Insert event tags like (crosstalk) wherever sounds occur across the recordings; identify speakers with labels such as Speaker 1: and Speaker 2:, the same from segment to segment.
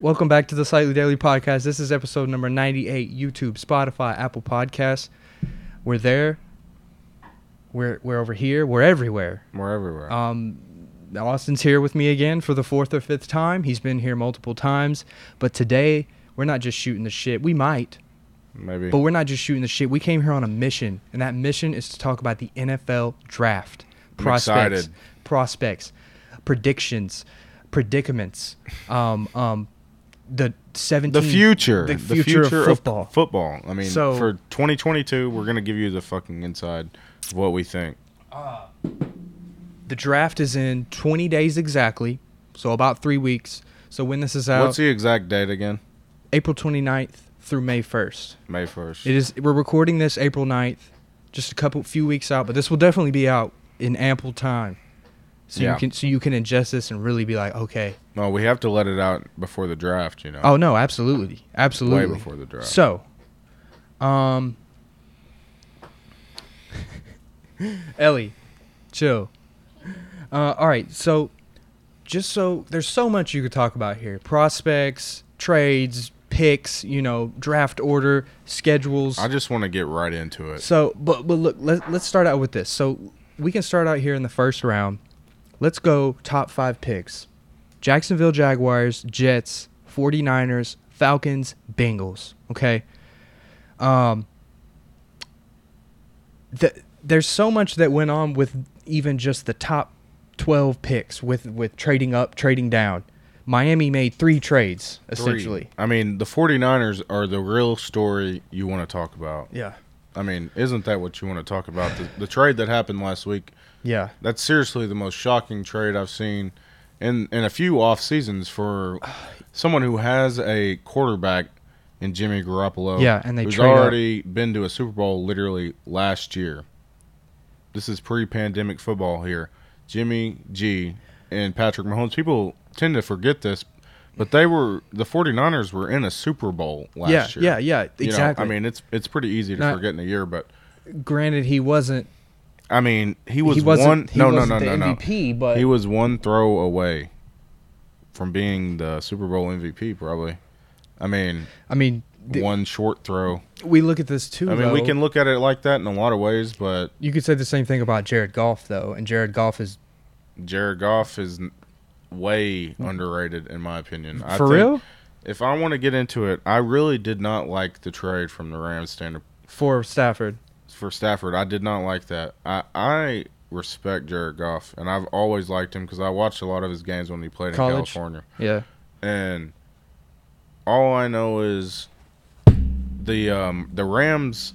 Speaker 1: Welcome back to the Slightly Daily Podcast. This is episode number 98, YouTube, Spotify, Apple Podcasts. We're there. We're, we're over here. We're everywhere.
Speaker 2: We're everywhere.
Speaker 1: Um, Austin's here with me again for the fourth or fifth time. He's been here multiple times, but today we're not just shooting the shit. We might,
Speaker 2: Maybe.
Speaker 1: but we're not just shooting the shit. We came here on a mission, and that mission is to talk about the NFL draft,
Speaker 2: I'm
Speaker 1: prospects,
Speaker 2: excited.
Speaker 1: prospects, predictions, predicaments, um, um, the
Speaker 2: the
Speaker 1: seventeen,
Speaker 2: future.
Speaker 1: the future of football.
Speaker 2: football. I mean,
Speaker 1: So-
Speaker 2: for 2022, we're going to give you the fucking inside of what we think.
Speaker 1: The draft is in twenty days exactly, so about three weeks. So when this is out,
Speaker 2: What's the exact date again?
Speaker 1: April 29th through May first.
Speaker 2: May 1st.
Speaker 1: It is. We're recording this April 9th, just a couple few weeks out, but this will definitely be out in ample time, so
Speaker 2: Yeah.
Speaker 1: you can so you can ingest this and really be like, okay,
Speaker 2: No, we have to let it out before the draft, you know.
Speaker 1: oh no, absolutely, absolutely,
Speaker 2: Way before the draft.
Speaker 1: So, um, (laughs) Ellie, chill. Uh, all right, so just so there's so much you could talk about here: prospects, trades, picks, you know, draft order, schedules.
Speaker 2: I just want to get right into it.
Speaker 1: So, but but look, let, let's start out with this. So, we can start out here in the first round. Let's go top five picks: Jacksonville Jaguars, Jets, 49ers, Falcons, Bengals. Okay. Um. The, there's so much that went on with even just the top 12 picks with with trading up, trading down. Miami made three trades
Speaker 2: Three.
Speaker 1: essentially.
Speaker 2: I mean, the 49ers are the real story you want to talk about.
Speaker 1: Yeah.
Speaker 2: I mean, isn't that what you want to talk about? The, the trade that happened last week
Speaker 1: Yeah.
Speaker 2: That's seriously the most shocking trade I've seen in in a few off seasons for someone who has a quarterback in Jimmy Garoppolo.
Speaker 1: Yeah, and they
Speaker 2: who's
Speaker 1: trade up.
Speaker 2: already been to a Super Bowl literally last year. This is pre-pandemic football here. Jimmy G and Patrick Mahomes. People tend to forget this, but they were the 49ers were in a Super Bowl last
Speaker 1: yeah,
Speaker 2: year.
Speaker 1: yeah, yeah,
Speaker 2: You know,
Speaker 1: exactly.
Speaker 2: I mean, it's it's pretty easy to
Speaker 1: Now-
Speaker 2: forget in a year, but
Speaker 1: Granted, he wasn't
Speaker 2: I mean, he was
Speaker 1: he wasn't,
Speaker 2: one.
Speaker 1: he
Speaker 2: no,
Speaker 1: wasn't
Speaker 2: no, no,
Speaker 1: the
Speaker 2: no, no.
Speaker 1: MVP, but
Speaker 2: He was one throw away from being the Super Bowl MVP, probably. I mean,
Speaker 1: I mean, the-
Speaker 2: one short throw.
Speaker 1: we look at this too.
Speaker 2: I mean, we
Speaker 1: though.
Speaker 2: can look at it like that in a lot of ways, but
Speaker 1: You could say the same thing about Jared Goff though, and Jared Goff is
Speaker 2: Jared Goff is n- way underrated, in my opinion. I
Speaker 1: for
Speaker 2: think
Speaker 1: real
Speaker 2: If I want to get into it, I really did not like the trade from the Rams standard
Speaker 1: for Stafford.
Speaker 2: for Stafford. I did not like that. I, I respect Jared Goff, and I've always liked him because I watched a lot of his games when he played in
Speaker 1: College?
Speaker 2: California.
Speaker 1: Yeah,
Speaker 2: and all I know is the um, the Rams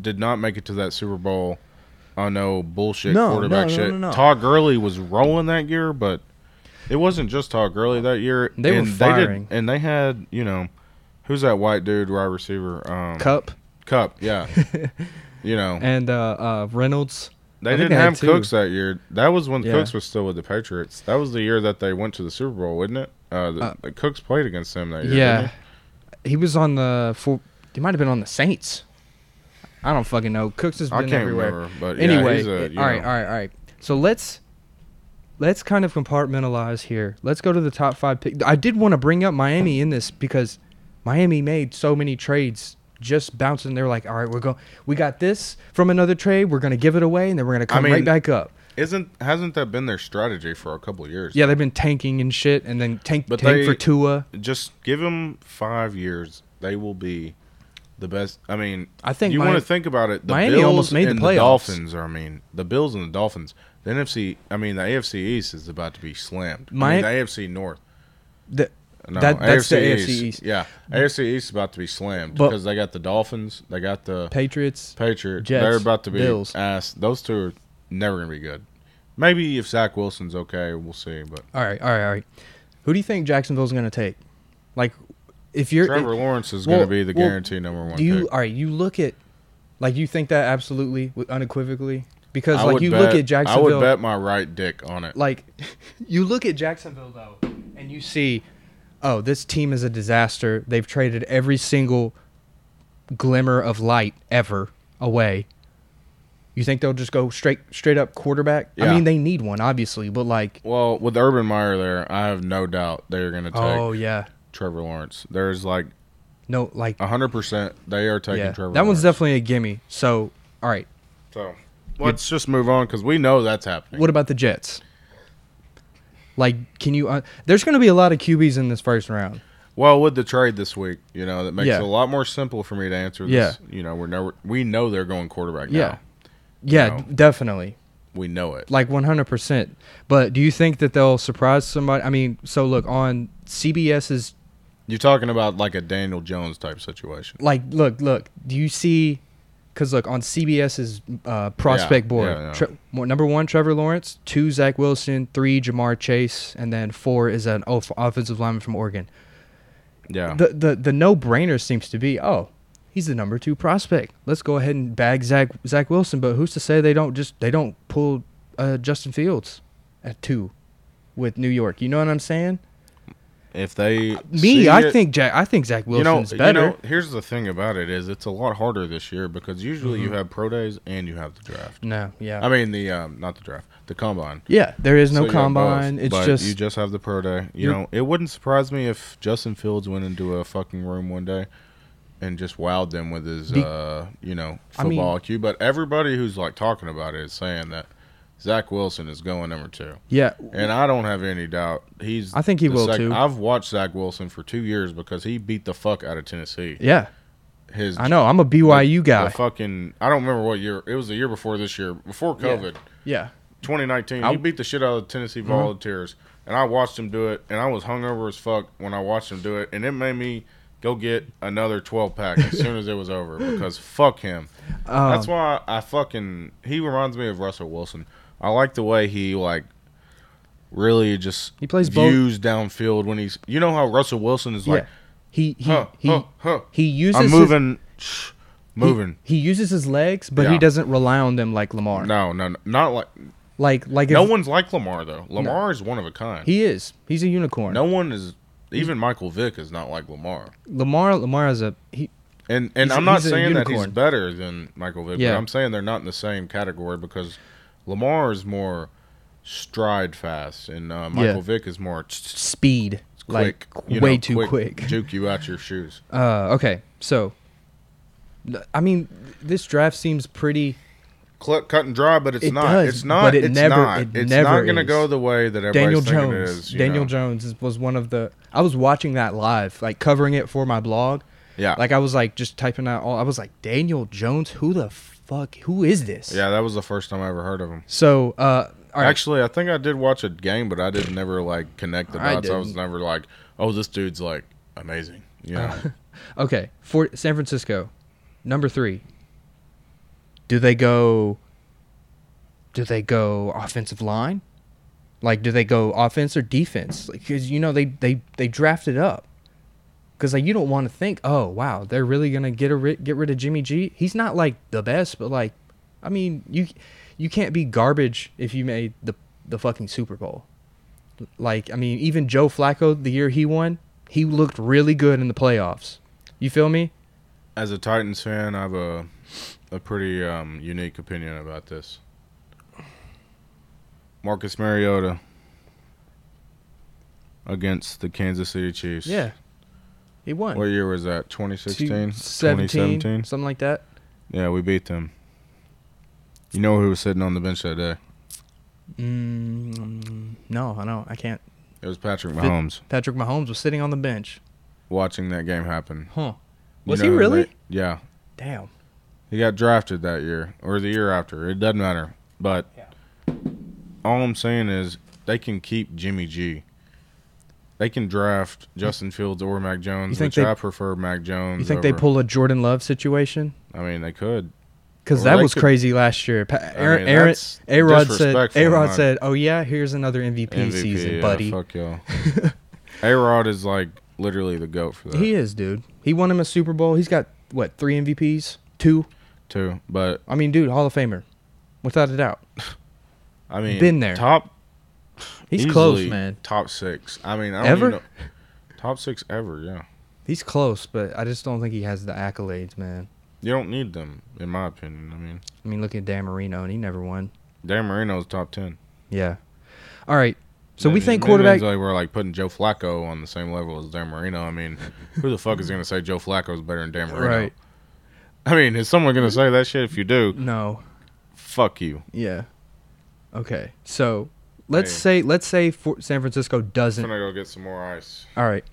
Speaker 2: did not make it to that Super Bowl. I know bullshit
Speaker 1: No,
Speaker 2: quarterback
Speaker 1: no, no,
Speaker 2: shit.
Speaker 1: no, no.
Speaker 2: Todd Gurley was rolling that year, but it wasn't just Todd Gurley that year.
Speaker 1: They were
Speaker 2: and
Speaker 1: firing.
Speaker 2: They did, and they had you know who's that white dude wide receiver? Um,
Speaker 1: Cup
Speaker 2: Cup,
Speaker 1: (laughs)
Speaker 2: yeah. you know
Speaker 1: and uh, uh, Reynolds.
Speaker 2: they
Speaker 1: I think
Speaker 2: didn't
Speaker 1: they had
Speaker 2: have
Speaker 1: two.
Speaker 2: Cooks that year. That was when
Speaker 1: Yeah.
Speaker 2: Cooks was still with the Patriots. That was the year that they went to the Super Bowl, wasn't it? Uh, the,
Speaker 1: Uh,
Speaker 2: the Cooks played against them that year.
Speaker 1: Yeah,
Speaker 2: didn't
Speaker 1: he was on the four. He might have been on the Saints. I don't fucking know. Cooks has
Speaker 2: he? I
Speaker 1: been
Speaker 2: can't
Speaker 1: everywhere.
Speaker 2: remember. But yeah,
Speaker 1: anyway,
Speaker 2: he's a,
Speaker 1: it-
Speaker 2: you
Speaker 1: all right,
Speaker 2: know,
Speaker 1: all right, all right. So let's let's kind of compartmentalize here. Let's go to the top five pick. I did want to bring up Miami in this because Miami made so many trades just bouncing. They're like, all right, we're going. We got this from another trade. We're going to give it away, and then we're going to come right
Speaker 2: mean-
Speaker 1: back up.
Speaker 2: isn't hasn't that been their strategy for a couple of years?
Speaker 1: Yeah, they've been tanking and shit, and then tank,
Speaker 2: But
Speaker 1: tank
Speaker 2: they-
Speaker 1: for Tua.
Speaker 2: Just give them five years; they will be the best. I mean,
Speaker 1: I think
Speaker 2: you
Speaker 1: Mi-
Speaker 2: want to think about it. The
Speaker 1: Miami
Speaker 2: Bills
Speaker 1: almost made the
Speaker 2: and
Speaker 1: playoffs.
Speaker 2: Dolphins. Are, I mean, the Bills and the Dolphins. The NFC. I mean, the AFC East is about to be slammed.
Speaker 1: Mi-
Speaker 2: I mean, the AFC North.
Speaker 1: The,
Speaker 2: No,
Speaker 1: That- that's the AFC East.
Speaker 2: Yeah, AFC East is about to be slammed
Speaker 1: But-
Speaker 2: because they got the Dolphins, they got the
Speaker 1: Patriots.
Speaker 2: Patriots.
Speaker 1: Jets,
Speaker 2: They're about to be
Speaker 1: Bills.
Speaker 2: ass. Those two are never gonna be good. Maybe if Zach Wilson's okay, we'll see. But
Speaker 1: All right, all right, all right. Who do you think Jacksonville's going to take? Like, if you're
Speaker 2: Trevor Lawrence is
Speaker 1: well,
Speaker 2: gonna be the
Speaker 1: well,
Speaker 2: guarantee number one.
Speaker 1: Do you
Speaker 2: pick.
Speaker 1: all right? You look at like you think that absolutely wi- unequivocally because
Speaker 2: I
Speaker 1: like
Speaker 2: would
Speaker 1: you look
Speaker 2: bet-
Speaker 1: at
Speaker 2: I would
Speaker 1: Jacksonville,
Speaker 2: bet my right dick on it.
Speaker 1: like (laughs) you look at Jacksonville though, and you see, oh, this team is a disaster. They've traded every single glimmer of light ever away. You think they'll just go straight straight up quarterback? I
Speaker 2: Yeah.
Speaker 1: mean, they need one obviously, but like,
Speaker 2: Well, with Urban Meyer there, I have no doubt they're gonna take
Speaker 1: oh yeah,
Speaker 2: Trevor Lawrence. There's like
Speaker 1: No, like
Speaker 2: hundred percent they are taking
Speaker 1: yeah,
Speaker 2: Trevor.
Speaker 1: that one's
Speaker 2: Lawrence.
Speaker 1: definitely a gimme. So, all right,
Speaker 2: So let's just move on because we know that's happening.
Speaker 1: what about the Jets? Like, can you? Uh, there's going to be a lot of QBs in this first round.
Speaker 2: Well, with the trade this week, you know that makes
Speaker 1: Yeah.
Speaker 2: it a lot more simple for me to answer. this. You know we're never we know they're going quarterback now.
Speaker 1: Yeah. Yeah,
Speaker 2: No.
Speaker 1: d- definitely.
Speaker 2: We know it.
Speaker 1: Like 100%. But do you think that they'll surprise somebody? I mean, so look, on CBS's
Speaker 2: You're talking about like a Daniel Jones type situation.
Speaker 1: like look look do you see because look on cbs's uh, prospect
Speaker 2: Yeah,
Speaker 1: board
Speaker 2: yeah, yeah.
Speaker 1: Tre- mo- number one trevor lawrence two zach wilson three jamar chase and then four is an off- offensive lineman from oregon
Speaker 2: Yeah.
Speaker 1: the, the, the no-brainer seems to be oh he's the number two prospect let's go ahead and bag zach, zach wilson but who's to say they don't just they don't pull uh, justin fields at two with new york you know what i'm saying
Speaker 2: if they
Speaker 1: me
Speaker 2: see
Speaker 1: i
Speaker 2: it-
Speaker 1: think jack i think zach
Speaker 2: you know,
Speaker 1: wilson's
Speaker 2: you
Speaker 1: better
Speaker 2: know, here's the thing about it is it's a lot harder this year because usually
Speaker 1: Mm-hmm.
Speaker 2: you have pro days and you have the draft.
Speaker 1: no yeah
Speaker 2: I mean the um, not the draft, the combine.
Speaker 1: yeah there is
Speaker 2: So
Speaker 1: no
Speaker 2: you have
Speaker 1: combine
Speaker 2: both,
Speaker 1: it's
Speaker 2: but
Speaker 1: just
Speaker 2: you just have the pro day. You
Speaker 1: You're-
Speaker 2: know, it wouldn't surprise me if Justin Fields went into a fucking room one day and just wowed them with his
Speaker 1: Be-
Speaker 2: uh, you know,
Speaker 1: I mean-
Speaker 2: football IQ. But everybody who's like talking about it is saying that Zach Wilson is going number two.
Speaker 1: Yeah,
Speaker 2: And I don't have any doubt he's.
Speaker 1: I think he
Speaker 2: the
Speaker 1: will,
Speaker 2: sec-
Speaker 1: too.
Speaker 2: I've watched Zach Wilson for two years because he beat the fuck out of Tennessee.
Speaker 1: yeah.
Speaker 2: His
Speaker 1: I know. I'm a BYU
Speaker 2: the
Speaker 1: guy.
Speaker 2: fucking I don't remember what year it was. The year before this year, before COVID,
Speaker 1: Yeah.
Speaker 2: 2019,
Speaker 1: I- Mm-hmm.
Speaker 2: he beat the shit out of the Tennessee Volunteers, and I watched him do it. And I was hungover as fuck when I watched him do it, and it made me go get another 12 pack as soon as it was
Speaker 1: (laughs)
Speaker 2: over because fuck him.
Speaker 1: Um,
Speaker 2: That's why I fucking he reminds me of Russell Wilson. I like the way he like really just
Speaker 1: He plays both-
Speaker 2: views downfield when he's you know how Russell Wilson is like
Speaker 1: yeah. He he
Speaker 2: huh,
Speaker 1: he
Speaker 2: huh, huh.
Speaker 1: he uses
Speaker 2: I'm
Speaker 1: His,
Speaker 2: moving shh, moving.
Speaker 1: He, he uses his legs, but he
Speaker 2: Yeah.
Speaker 1: doesn't rely on them like Lamar.
Speaker 2: No, no, no, not like
Speaker 1: Like like
Speaker 2: no
Speaker 1: if-
Speaker 2: one's like Lamar though. Lamar is one of a kind.
Speaker 1: He is. He's a unicorn.
Speaker 2: no one is even Michael Vick is not like Lamar.
Speaker 1: Lamar Lamar is a he.
Speaker 2: And and
Speaker 1: He's-
Speaker 2: I'm not
Speaker 1: he's a
Speaker 2: saying that he's
Speaker 1: unicorn.
Speaker 2: better than Michael Vick,
Speaker 1: Yeah.
Speaker 2: but I'm saying they're not in the same category because Lamar is more stride fast and uh, Michael
Speaker 1: Yeah.
Speaker 2: Vick is more quick,
Speaker 1: Speed. Like
Speaker 2: you
Speaker 1: way
Speaker 2: know,
Speaker 1: too quick.
Speaker 2: juke you out your shoes.
Speaker 1: Uh, okay, so th- I mean, th- this draft seems pretty.
Speaker 2: Cl- cut and dry, but it's
Speaker 1: It
Speaker 2: not.
Speaker 1: does,
Speaker 2: it's not.
Speaker 1: but it
Speaker 2: it's
Speaker 1: never-
Speaker 2: not.
Speaker 1: it
Speaker 2: it's
Speaker 1: never
Speaker 2: not going to
Speaker 1: is.
Speaker 2: go the way that everybody's
Speaker 1: Daniel
Speaker 2: thinking
Speaker 1: Jones.
Speaker 2: it is. you
Speaker 1: Daniel
Speaker 2: know?
Speaker 1: Jones is- was one of the. I was watching that live, like covering it for my blog,
Speaker 2: Yeah,
Speaker 1: Like I was like just typing out all I was like Daniel Jones, who the fuck who is this?
Speaker 2: yeah. That was the first time I ever heard of him.
Speaker 1: So uh all right.
Speaker 2: Actually, I think I did watch a game, but I did never like connect the
Speaker 1: I
Speaker 2: dots. I, was
Speaker 1: didn't.
Speaker 2: never like, oh, this dude's like amazing.
Speaker 1: (laughs)
Speaker 2: Yeah,
Speaker 1: okay. For San Francisco, number three. Do they go do they go offensive line? Like do they go offense or defense? Like, Cuz you know they they they drafted up. Cuz like you don't want to think, "Oh, wow, they're really going to get a ri- get rid of Jimmy G." He's not like the best, but like I mean, you you can't be garbage if you made the the fucking Super Bowl. Like, I mean, even Joe Flacco the year he won, he looked really good in the playoffs. You feel me?
Speaker 2: as a Titans fan, I have a a pretty um, unique opinion about this. Marcus Mariota against the Kansas City Chiefs.
Speaker 1: Yeah. He won.
Speaker 2: What year was that? 2016?
Speaker 1: 17,
Speaker 2: 2017?
Speaker 1: something like that.
Speaker 2: Yeah, we beat them. You know who was sitting on the bench that day?
Speaker 1: Mm, no, I know. I can't.
Speaker 2: It was Patrick Mahomes
Speaker 1: Patrick Mahomes was sitting on the bench.
Speaker 2: watching that game happen.
Speaker 1: Huh.
Speaker 2: You
Speaker 1: Was
Speaker 2: know
Speaker 1: he
Speaker 2: who
Speaker 1: really?
Speaker 2: they- yeah.
Speaker 1: Damn.
Speaker 2: He got drafted that year or the year after. It doesn't matter. But
Speaker 1: Yeah.
Speaker 2: all I'm saying is they can keep Jimmy G. They can draft Justin Fields or Mac Jones,
Speaker 1: think
Speaker 2: which
Speaker 1: they-
Speaker 2: I prefer Mac Jones.
Speaker 1: You think they
Speaker 2: over-
Speaker 1: pull a Jordan Love situation?
Speaker 2: I mean, they could.
Speaker 1: Because
Speaker 2: Or
Speaker 1: that
Speaker 2: they
Speaker 1: was
Speaker 2: could-
Speaker 1: crazy last year. Pa- Aaron,
Speaker 2: mean,
Speaker 1: Aaron,
Speaker 2: that's
Speaker 1: A Rod said,
Speaker 2: disrespectful,
Speaker 1: A Rod
Speaker 2: man.
Speaker 1: said, oh, yeah, here's another MVP,
Speaker 2: MVP,
Speaker 1: season,
Speaker 2: yeah,
Speaker 1: buddy. (laughs)
Speaker 2: Fuck y'all. A Rod is like literally the goat for that
Speaker 1: He is, dude. He won him a Super Bowl. He's got, what, three MVPs? Two?
Speaker 2: too. But
Speaker 1: I mean, dude, Hall of Famer, without a doubt.
Speaker 2: I mean,
Speaker 1: Been there.
Speaker 2: Top.
Speaker 1: He's
Speaker 2: easily
Speaker 1: close, man.
Speaker 2: Top six. I mean, I don't
Speaker 1: Ever?
Speaker 2: Even know. Top six ever. Yeah.
Speaker 1: He's close, but I just don't think he has the accolades, man.
Speaker 2: You don't need them, in my opinion. I mean,
Speaker 1: I mean, look at Dan Marino, and he never won.
Speaker 2: Dan Marino's top ten.
Speaker 1: Yeah. All right. So we
Speaker 2: That
Speaker 1: think
Speaker 2: means
Speaker 1: quarterback.
Speaker 2: They were like putting Joe Flacco on the same level as Dan Marino. I mean, who the fuck is going to say Joe Flacco is better than Dan Marino?
Speaker 1: Right.
Speaker 2: I mean, is someone going to say that shit? If you do,
Speaker 1: No.
Speaker 2: fuck you.
Speaker 1: Yeah. Okay. So let's
Speaker 2: Hey.
Speaker 1: say let's say for San Francisco
Speaker 2: I'm
Speaker 1: doesn't.
Speaker 2: going to go get some more ice.
Speaker 1: All right.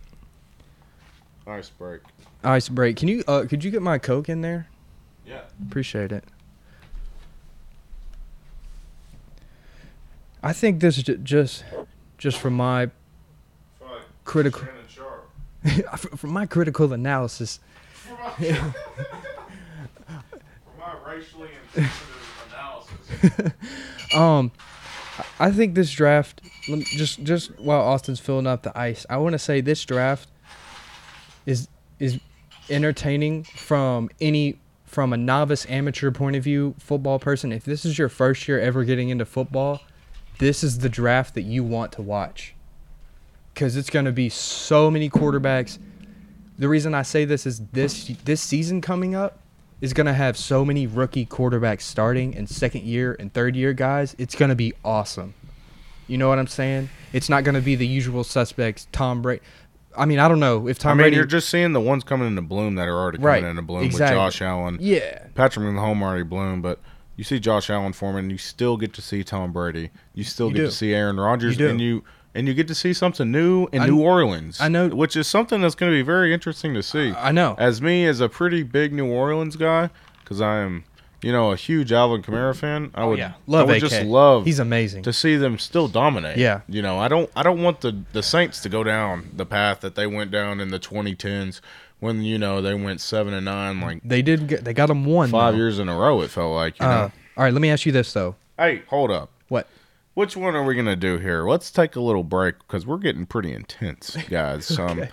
Speaker 2: Ice break.
Speaker 1: Ice break. Can you uh could you get my coke in there?
Speaker 2: Yeah.
Speaker 1: Appreciate it. I think this is ju- just just from my critical (laughs) from my critical analysis.
Speaker 2: From my, racially
Speaker 1: (laughs)
Speaker 2: insensitive analysis.
Speaker 1: Um I think this draft let me- just just while Austin's filling up the ice, I want to say this draft is is entertaining from any from a novice amateur point of view football person. If this is your first year ever getting into football, this is the draft that you want to watch. Cuz it's going to be so many quarterbacks. The reason I say this is this this season coming up is going to have so many rookie quarterbacks starting and second year and third year guys. It's going to be awesome. You know what I'm saying? It's not going to be the usual suspects, Tom Brady. I mean, I don't know if Tom
Speaker 2: I mean,
Speaker 1: Brady
Speaker 2: you're just seeing the ones coming into bloom that are already coming
Speaker 1: Right,
Speaker 2: into bloom
Speaker 1: exactly.
Speaker 2: with Josh Allen.
Speaker 1: Yeah.
Speaker 2: Patrick Mahomes already bloomed, but you see Josh Allen forming, you still get to see Tom Brady, you still
Speaker 1: You
Speaker 2: get
Speaker 1: do.
Speaker 2: to see Aaron Rodgers,
Speaker 1: You do.
Speaker 2: and you and you get to see something new in
Speaker 1: I-
Speaker 2: New Orleans.
Speaker 1: I know-
Speaker 2: which is something that's going to be very interesting to see.
Speaker 1: I know.
Speaker 2: As me, as a pretty big New Orleans guy, because I am, you know, a huge Alvin Kamara fan. I would,
Speaker 1: Oh, love
Speaker 2: I would
Speaker 1: AK.
Speaker 2: just love
Speaker 1: He's amazing.
Speaker 2: to see them still dominate.
Speaker 1: Yeah.
Speaker 2: You know, I don't I don't want the the Saints to go down the path that they went down in the 2010s when you know they went 7 and 9 like
Speaker 1: they did. Get, they got him one.
Speaker 2: 5
Speaker 1: though.
Speaker 2: years in a row it felt like, you
Speaker 1: Uh,
Speaker 2: know.
Speaker 1: all right. Let me ask you this though.
Speaker 2: Hey, hold up.
Speaker 1: What?
Speaker 2: Which one are we going to do here? Let's take a little break cuz we're getting pretty
Speaker 1: (laughs)
Speaker 2: intense, guys. Um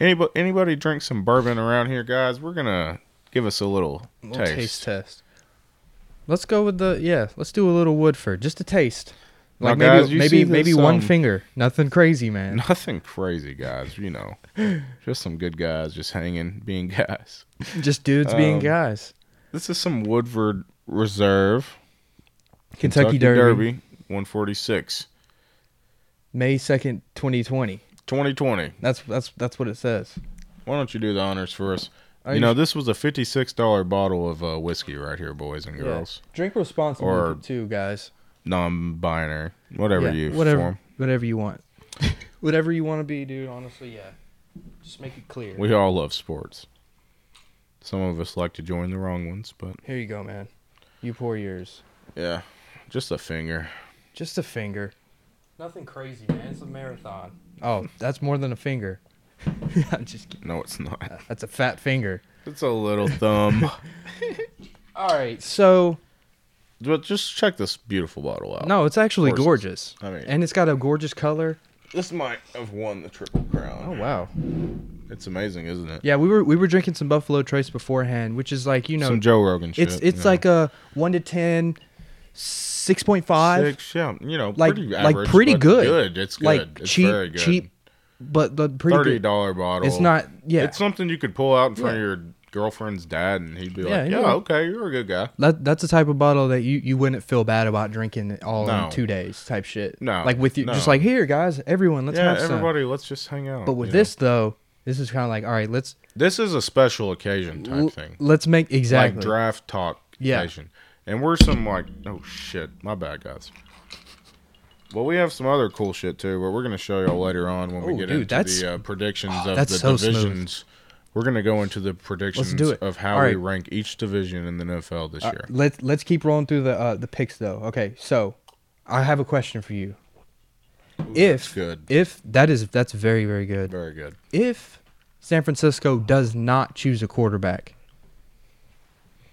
Speaker 2: anybody anybody drink some bourbon around here, guys? We're going to give us a little
Speaker 1: Little
Speaker 2: taste.
Speaker 1: taste. test. Let's go with the yeah. Let's do a little Woodford, just a taste.
Speaker 2: Now,
Speaker 1: Like maybe
Speaker 2: guys, you
Speaker 1: maybe
Speaker 2: see this,
Speaker 1: maybe one
Speaker 2: um,
Speaker 1: finger. Nothing crazy, man.
Speaker 2: (laughs) Nothing crazy, guys, you know. just some good guys just hanging, being guys.
Speaker 1: (laughs) just dudes being
Speaker 2: um,
Speaker 1: guys.
Speaker 2: This is some Woodford Reserve
Speaker 1: Kentucky, Derby,
Speaker 2: 146,
Speaker 1: May second, twenty twenty.
Speaker 2: 2020.
Speaker 1: That's that's that's what it says.
Speaker 2: Why don't you do the honors for us?
Speaker 1: I
Speaker 2: you know,
Speaker 1: just-
Speaker 2: this was a fifty-six dollar bottle of uh, whiskey right here, boys and girls.
Speaker 1: Drink responsibly
Speaker 2: Or-
Speaker 1: too, guys.
Speaker 2: Non-binary, whatever
Speaker 1: Yeah,
Speaker 2: you
Speaker 1: whatever
Speaker 2: form.
Speaker 1: whatever you
Speaker 2: (laughs)
Speaker 1: want, whatever you want to be, dude. Honestly, yeah. Just make it clear.
Speaker 2: We all love sports. Some of us like to join the wrong ones, but
Speaker 1: Here you go, man. You pour yours.
Speaker 2: yeah, just a finger.
Speaker 1: Just a finger. Nothing crazy, man. It's a marathon. Oh, that's more than a finger. (laughs) I'm just kidding.
Speaker 2: No,
Speaker 1: (laughs)
Speaker 2: it's not.
Speaker 1: That's a fat finger.
Speaker 2: It's a little thumb. (laughs)
Speaker 1: All right. So,
Speaker 2: but just check this beautiful bottle out.
Speaker 1: no, it's actually
Speaker 2: Horses.
Speaker 1: gorgeous.
Speaker 2: I mean-
Speaker 1: and it's got a gorgeous color.
Speaker 2: this might have won the triple crown.
Speaker 1: Oh, wow.
Speaker 2: It's amazing, isn't it?
Speaker 1: Yeah, we were we were drinking some Buffalo Trace beforehand, which is like, you know,
Speaker 2: Some Joe Rogan shit.
Speaker 1: it's it's
Speaker 2: you know.
Speaker 1: like a 1 to 10 6.5.
Speaker 2: Six, yeah, you know,
Speaker 1: like
Speaker 2: pretty
Speaker 1: like
Speaker 2: average,
Speaker 1: pretty
Speaker 2: but
Speaker 1: good.
Speaker 2: Good, it's good.
Speaker 1: Like
Speaker 2: it's
Speaker 1: cheap
Speaker 2: very good.
Speaker 1: cheap but the pretty
Speaker 2: thirty
Speaker 1: good.
Speaker 2: dollar bottle.
Speaker 1: It's not yeah.
Speaker 2: It's something you could pull out in front
Speaker 1: Yeah.
Speaker 2: of your girlfriend's dad, and he'd be
Speaker 1: Yeah,
Speaker 2: like,
Speaker 1: you
Speaker 2: "Yeah,
Speaker 1: know.
Speaker 2: okay, you're a good guy."
Speaker 1: That that's the type of bottle that you, you wouldn't feel bad about drinking it all
Speaker 2: No.
Speaker 1: in two days type shit.
Speaker 2: No,
Speaker 1: like with you, just
Speaker 2: no.
Speaker 1: like here, guys, everyone, let's
Speaker 2: yeah,
Speaker 1: have some.
Speaker 2: everybody, let's just hang out.
Speaker 1: But with
Speaker 2: you know.
Speaker 1: this though, this is kind of like all right, let's
Speaker 2: this is a special occasion type
Speaker 1: l-
Speaker 2: thing,
Speaker 1: let's make exactly.
Speaker 2: like draft talk
Speaker 1: Yeah.
Speaker 2: occasion. And we're some like, oh shit, my bad, guys. Well, we have some other cool shit too, but we're gonna show y'all later on when we
Speaker 1: Oh,
Speaker 2: get
Speaker 1: dude,
Speaker 2: into
Speaker 1: that's-
Speaker 2: the
Speaker 1: (gasps)
Speaker 2: uh, predictions of
Speaker 1: that's
Speaker 2: the
Speaker 1: so smooth.
Speaker 2: divisions. We're gonna go into the predictions
Speaker 1: do it.
Speaker 2: of how
Speaker 1: All
Speaker 2: we
Speaker 1: right.
Speaker 2: rank each division in the NFL this year.
Speaker 1: Uh, let's let's keep rolling through the uh, the picks though. Okay, so I have a question for you. if
Speaker 2: good.
Speaker 1: if that is that's very very good.
Speaker 2: Very good.
Speaker 1: if San Francisco does not choose a quarterback,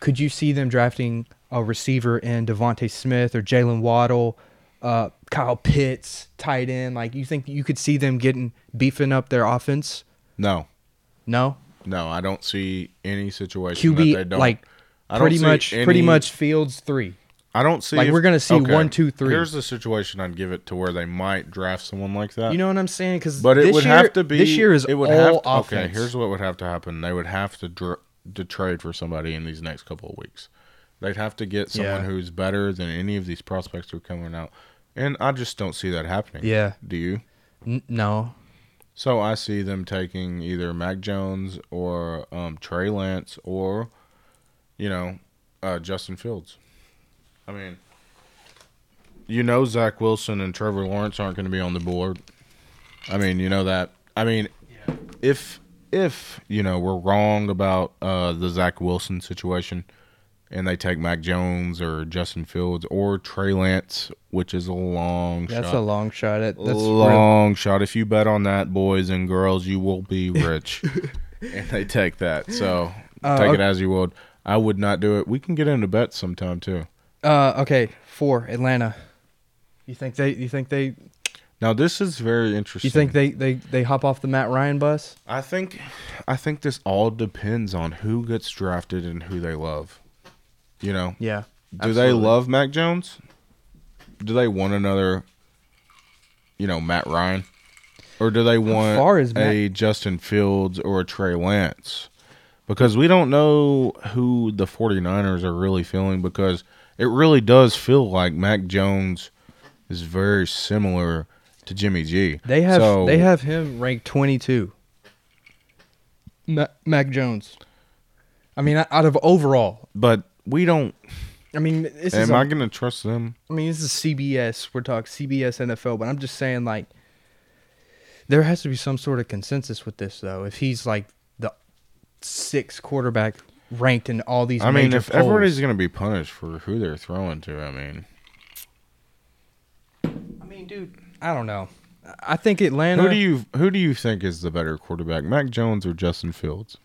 Speaker 1: could you see them drafting a receiver in Devonte Smith or Jalen Waddle, uh, Kyle Pitts, tight end? Like, you think you could see them getting beefing up their offense?
Speaker 2: No,
Speaker 1: No,
Speaker 2: no, I don't see any situation that they
Speaker 1: QB
Speaker 2: don't
Speaker 1: like
Speaker 2: I don't
Speaker 1: pretty
Speaker 2: see
Speaker 1: much
Speaker 2: any-
Speaker 1: pretty much Fields three.
Speaker 2: I don't see
Speaker 1: like, we're gonna see one, two, three.
Speaker 2: Here's the situation I'd give it to where they might draft someone like that.
Speaker 1: You know what I'm saying? Because
Speaker 2: But it
Speaker 1: this
Speaker 2: would
Speaker 1: year,
Speaker 2: have to be.
Speaker 1: this year is
Speaker 2: it would
Speaker 1: all
Speaker 2: have to,
Speaker 1: offense.
Speaker 2: Okay, here's what would have to happen. They would have to dr- to trade for somebody in these next couple of weeks. They'd have to get someone
Speaker 1: Yeah.
Speaker 2: who's better than any of these prospects who are coming out. And I just don't see that happening.
Speaker 1: Yeah.
Speaker 2: Do you?
Speaker 1: N- no.
Speaker 2: So I see them taking either Mac Jones or um, Trey Lance or, you know, uh, Justin Fields. I mean, you know, Zach Wilson and Trevor Lawrence aren't going to be on the board. I mean, you know that. I mean, if if you know we're wrong about uh, the Zach Wilson situation, and they take Mac Jones or Justin Fields or Trey Lance, which is a long
Speaker 1: That's
Speaker 2: shot
Speaker 1: a long shot. At, that's real-
Speaker 2: long shot. If you bet on that, boys and girls, you
Speaker 1: (laughs)
Speaker 2: will be rich. and they take that, so
Speaker 1: Uh,
Speaker 2: take it
Speaker 1: okay.
Speaker 2: as you would. I would not do it. We can get into bets sometime too.
Speaker 1: Uh, okay, four Atlanta. You think they? You think they?
Speaker 2: Now this is very interesting.
Speaker 1: You think they? They? They hop off the Matt Ryan bus?
Speaker 2: I think, I think this all depends on who gets drafted and who they love. You know,
Speaker 1: Yeah.
Speaker 2: do they love Mac Jones? Do they want another, you know, Matt Ryan, or do they want
Speaker 1: far is Matt-
Speaker 2: a Justin Fields or a Trey Lance? Because we don't know who the 49ers are really feeling because it really does feel like Mac Jones is very similar to Jimmy G.
Speaker 1: They have.
Speaker 2: So,
Speaker 1: They have him ranked twenty-two. Ma- Mac Jones. I mean, out of overall.
Speaker 2: but we don't
Speaker 1: I mean, this is.
Speaker 2: am
Speaker 1: a-
Speaker 2: I going to trust them?
Speaker 1: I mean, this is CBS. We're talking CBS NFL, but I'm just saying, like, there has to be some sort of consensus with this, though. If he's like the sixth quarterback ranked in all these,
Speaker 2: I mean,
Speaker 1: major
Speaker 2: if
Speaker 1: polls.
Speaker 2: everybody's going to be punished for who they're throwing to, I mean,
Speaker 1: I mean, dude, I don't know. I think Atlanta.
Speaker 2: Who do you who do you think is the better quarterback, Mac Jones or Justin Fields?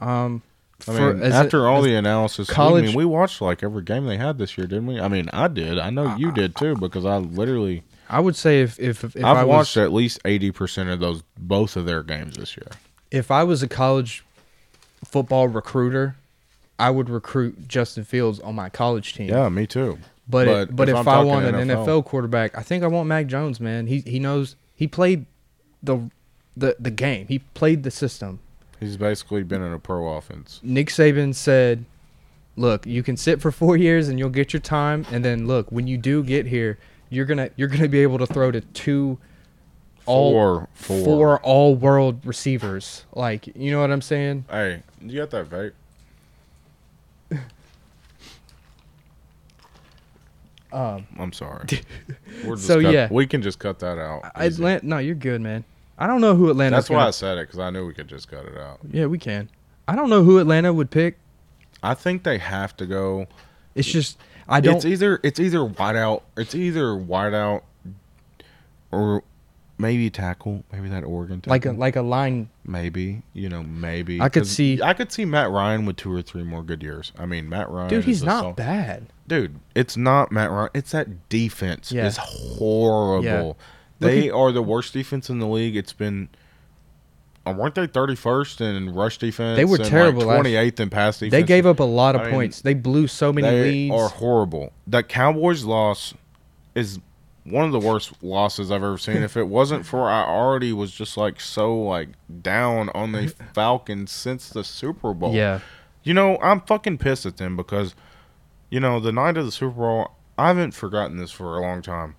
Speaker 1: Um,
Speaker 2: I
Speaker 1: for-
Speaker 2: mean,
Speaker 1: as a-
Speaker 2: after all
Speaker 1: as-
Speaker 2: the analysis, college,
Speaker 1: college-
Speaker 2: we, mean, we watched like every game they had this year, didn't we? I mean, I did. I know you did too because I literally
Speaker 1: I would say if if, Uh, if
Speaker 2: I've
Speaker 1: I was,
Speaker 2: watched at least eighty percent of those both of their games this year.
Speaker 1: if I was a college football recruiter, I would recruit Justin Fields on my college team.
Speaker 2: Yeah, me too.
Speaker 1: But
Speaker 2: But
Speaker 1: but,
Speaker 2: if
Speaker 1: if,
Speaker 2: I'm
Speaker 1: I
Speaker 2: talking
Speaker 1: want an
Speaker 2: NFL.
Speaker 1: NFL. quarterback, I think I want Mac Jones. Man, he he knows he played the the the game. He played the system.
Speaker 2: He's basically been in a pro offense.
Speaker 1: Nick Saban said, "Look, you can sit for four years and you'll get your time, and then look when you do get here, you're gonna you're gonna be able to throw to two all
Speaker 2: Four, four.
Speaker 1: four, all world receivers. Like you know what I'm saying?
Speaker 2: Hey, you got that vape?
Speaker 1: (laughs) Um, (laughs)
Speaker 2: I'm sorry. We're just
Speaker 1: So,
Speaker 2: cut-
Speaker 1: yeah.
Speaker 2: we can just cut that out. Easy.
Speaker 1: Atlanta. No, you're good, man. I don't know who Atlanta.
Speaker 2: That's why I said it because I knew we could just cut it out.
Speaker 1: yeah, we can. I don't know who Atlanta would pick.
Speaker 2: I think they have to go.
Speaker 1: It's just I don't.
Speaker 2: It's either it's either wideout, it's either wideout, or maybe tackle, maybe that Oregon tackle,
Speaker 1: like a like a line.
Speaker 2: maybe you know maybe
Speaker 1: I could
Speaker 2: 'Cause
Speaker 1: see-
Speaker 2: I could see Matt Ryan with two or three more good years. I mean Matt Ryan,
Speaker 1: Dude,
Speaker 2: is
Speaker 1: he's
Speaker 2: a
Speaker 1: not
Speaker 2: sol-
Speaker 1: bad.
Speaker 2: dude. It's not Matt Ryan. It's that defense
Speaker 1: Yeah.
Speaker 2: is horrible.
Speaker 1: Yeah.
Speaker 2: They
Speaker 1: at-
Speaker 2: are the worst defense in the league. It's been. uh, Weren't they thirty first in rush defense?
Speaker 1: They were terrible last-
Speaker 2: Twenty eighth in pass defense.
Speaker 1: They gave up a lot of
Speaker 2: I mean,
Speaker 1: points. They blew so many
Speaker 2: they
Speaker 1: leads.
Speaker 2: are horrible. The Cowboys loss is one of the worst losses I've ever seen. if it wasn't for I already was just like so like down
Speaker 1: (laughs)
Speaker 2: on the Falcons since the Super Bowl.
Speaker 1: yeah.
Speaker 2: You know, I'm fucking pissed at them because you know, the night of the Super Bowl, I haven't forgotten this for a long time.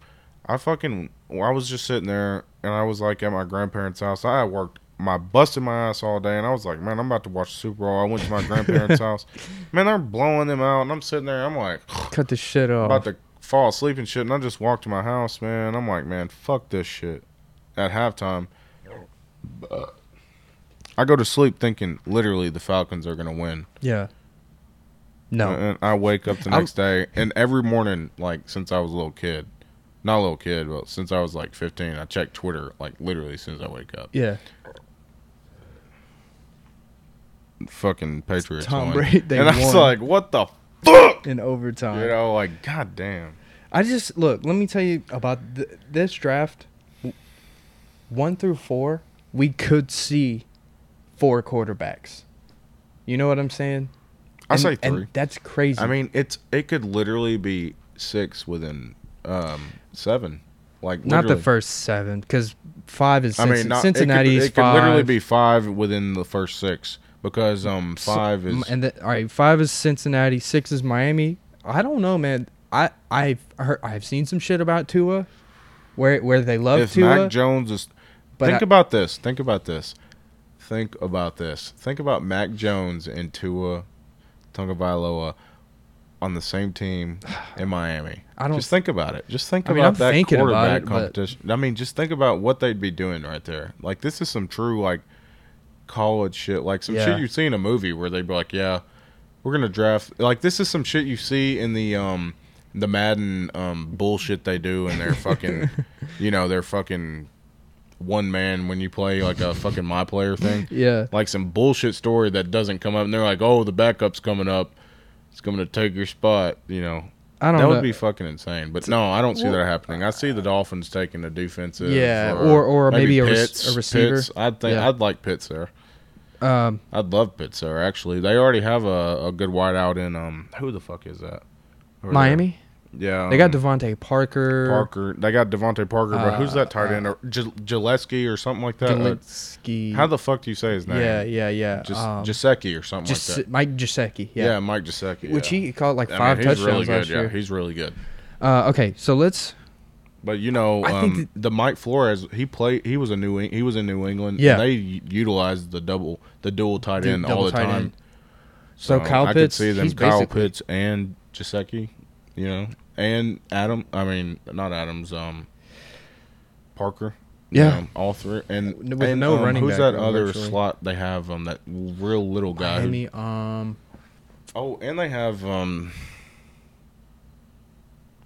Speaker 2: I fucking well, I was just sitting there and I was like at my grandparents' house. I had worked my busted my ass all day and I was like, man, I'm about to watch the Super Bowl. I went to my grandparents' house. Man, they're blowing them out and I'm sitting there, I'm like
Speaker 1: Cut this shit off.
Speaker 2: about to fall asleep and shit, and I just walked to my house, man. I'm like, man, fuck this shit. At halftime, uh, I go to sleep thinking literally the Falcons are gonna win,
Speaker 1: yeah. No.
Speaker 2: and I wake up the
Speaker 1: I'm-
Speaker 2: next day, and every morning, like since I was a little kid, not a little kid, but since I was like 15, I check Twitter like literally as soon as I wake up.
Speaker 1: yeah.
Speaker 2: Fucking Patriots
Speaker 1: Tom
Speaker 2: won.
Speaker 1: Brady- they
Speaker 2: and I was
Speaker 1: won. Uh,
Speaker 2: like, what the fuck?
Speaker 1: In overtime.
Speaker 2: You know, like goddamn.
Speaker 1: I just look. Let me tell you about th- this draft. W- One through four, we could see four quarterbacks. You know what I'm saying?
Speaker 2: I
Speaker 1: And-
Speaker 2: say three.
Speaker 1: And that's crazy.
Speaker 2: I mean, it's it could literally be six within um, seven, like
Speaker 1: not the
Speaker 2: literally.
Speaker 1: first seven, because five is
Speaker 2: I
Speaker 1: Cinci-
Speaker 2: mean, not,
Speaker 1: Cincinnati is
Speaker 2: It could, it could literally
Speaker 1: five.
Speaker 2: be five within the first six because um
Speaker 1: So-
Speaker 2: five is
Speaker 1: and the, all right. Five is Cincinnati. Six is Miami. I don't know, man. I I've heard, I've seen some shit about Tua, where where they love
Speaker 2: if
Speaker 1: Tua.
Speaker 2: Mac Jones is
Speaker 1: But
Speaker 2: think
Speaker 1: I-
Speaker 2: about this. Think about this. Think about this. Think about Mac Jones and Tua Tungavailoa on the same team in Miami.
Speaker 1: I don't-
Speaker 2: just think about it. Just think
Speaker 1: I mean, I'm
Speaker 2: about that
Speaker 1: thinking about
Speaker 2: quarterback
Speaker 1: it, but-
Speaker 2: competition. I mean, just think about what they'd be doing right there. Like this is some true like college shit. Like some
Speaker 1: Yeah.
Speaker 2: shit you see in a movie where they'd be like, "Yeah, we're gonna draft." Like this is some shit you see in the um the Madden um bullshit they do and
Speaker 1: (laughs)
Speaker 2: their fucking you know their fucking one man when you play like a fucking my player thing.
Speaker 1: yeah,
Speaker 2: Like some bullshit story that doesn't come up, and they're like, "Oh, the backup's coming up. It's coming to take your spot." You know,
Speaker 1: I don't
Speaker 2: that
Speaker 1: know.
Speaker 2: would be fucking insane. But no, I don't see that happening. I see the Dolphins taking a defensive,
Speaker 1: Yeah, or- or maybe a rec- a receiver.
Speaker 2: Pitts. I'd think
Speaker 1: Yeah.
Speaker 2: I'd like Pitts there.
Speaker 1: um,
Speaker 2: I'd love Pitts there. Actually, they already have a, a good wideout in um who the fuck is that? Over there.
Speaker 1: Miami.
Speaker 2: Yeah,
Speaker 1: They got
Speaker 2: um,
Speaker 1: Devontae Parker,
Speaker 2: Parker. They got Devontae Parker, but who's
Speaker 1: Uh,
Speaker 2: that tight end? Or J- Gillespie or something like that.
Speaker 1: Galitzky.
Speaker 2: Uh, How the fuck do you say his name?
Speaker 1: yeah, yeah, yeah.
Speaker 2: Just
Speaker 1: um,
Speaker 2: Gesicki or something
Speaker 1: Gis-
Speaker 2: like that.
Speaker 1: Mike Gesicki.
Speaker 2: Yeah,
Speaker 1: Yeah.
Speaker 2: Mike Gesicki.
Speaker 1: which
Speaker 2: yeah.
Speaker 1: he caught like
Speaker 2: I mean,
Speaker 1: five
Speaker 2: he's
Speaker 1: touchdowns
Speaker 2: really good.
Speaker 1: last year.
Speaker 2: Yeah, he's really good.
Speaker 1: Uh, okay, so let's.
Speaker 2: But you know,
Speaker 1: I
Speaker 2: um,
Speaker 1: think that-
Speaker 2: the Mike Flores, he played. He was a new. Eng- He was in New England.
Speaker 1: Yeah.
Speaker 2: and they u- utilized the double, the dual tight
Speaker 1: Du-
Speaker 2: end all
Speaker 1: double
Speaker 2: the
Speaker 1: tight
Speaker 2: time.
Speaker 1: end. So Kyle
Speaker 2: I
Speaker 1: Pitts,
Speaker 2: could see them.
Speaker 1: he's
Speaker 2: Kyle
Speaker 1: basically-
Speaker 2: Pitts and Gesicki, you know, and Adam. I mean, not Adams. Um, Parker. you
Speaker 1: Yeah.
Speaker 2: know, all three. And
Speaker 1: N- with
Speaker 2: and,
Speaker 1: no
Speaker 2: um,
Speaker 1: running
Speaker 2: Who's
Speaker 1: back,
Speaker 2: that other
Speaker 1: virtually.
Speaker 2: slot they have? Um, that real little guy. who-
Speaker 1: Miami. Um,
Speaker 2: oh, and they have um.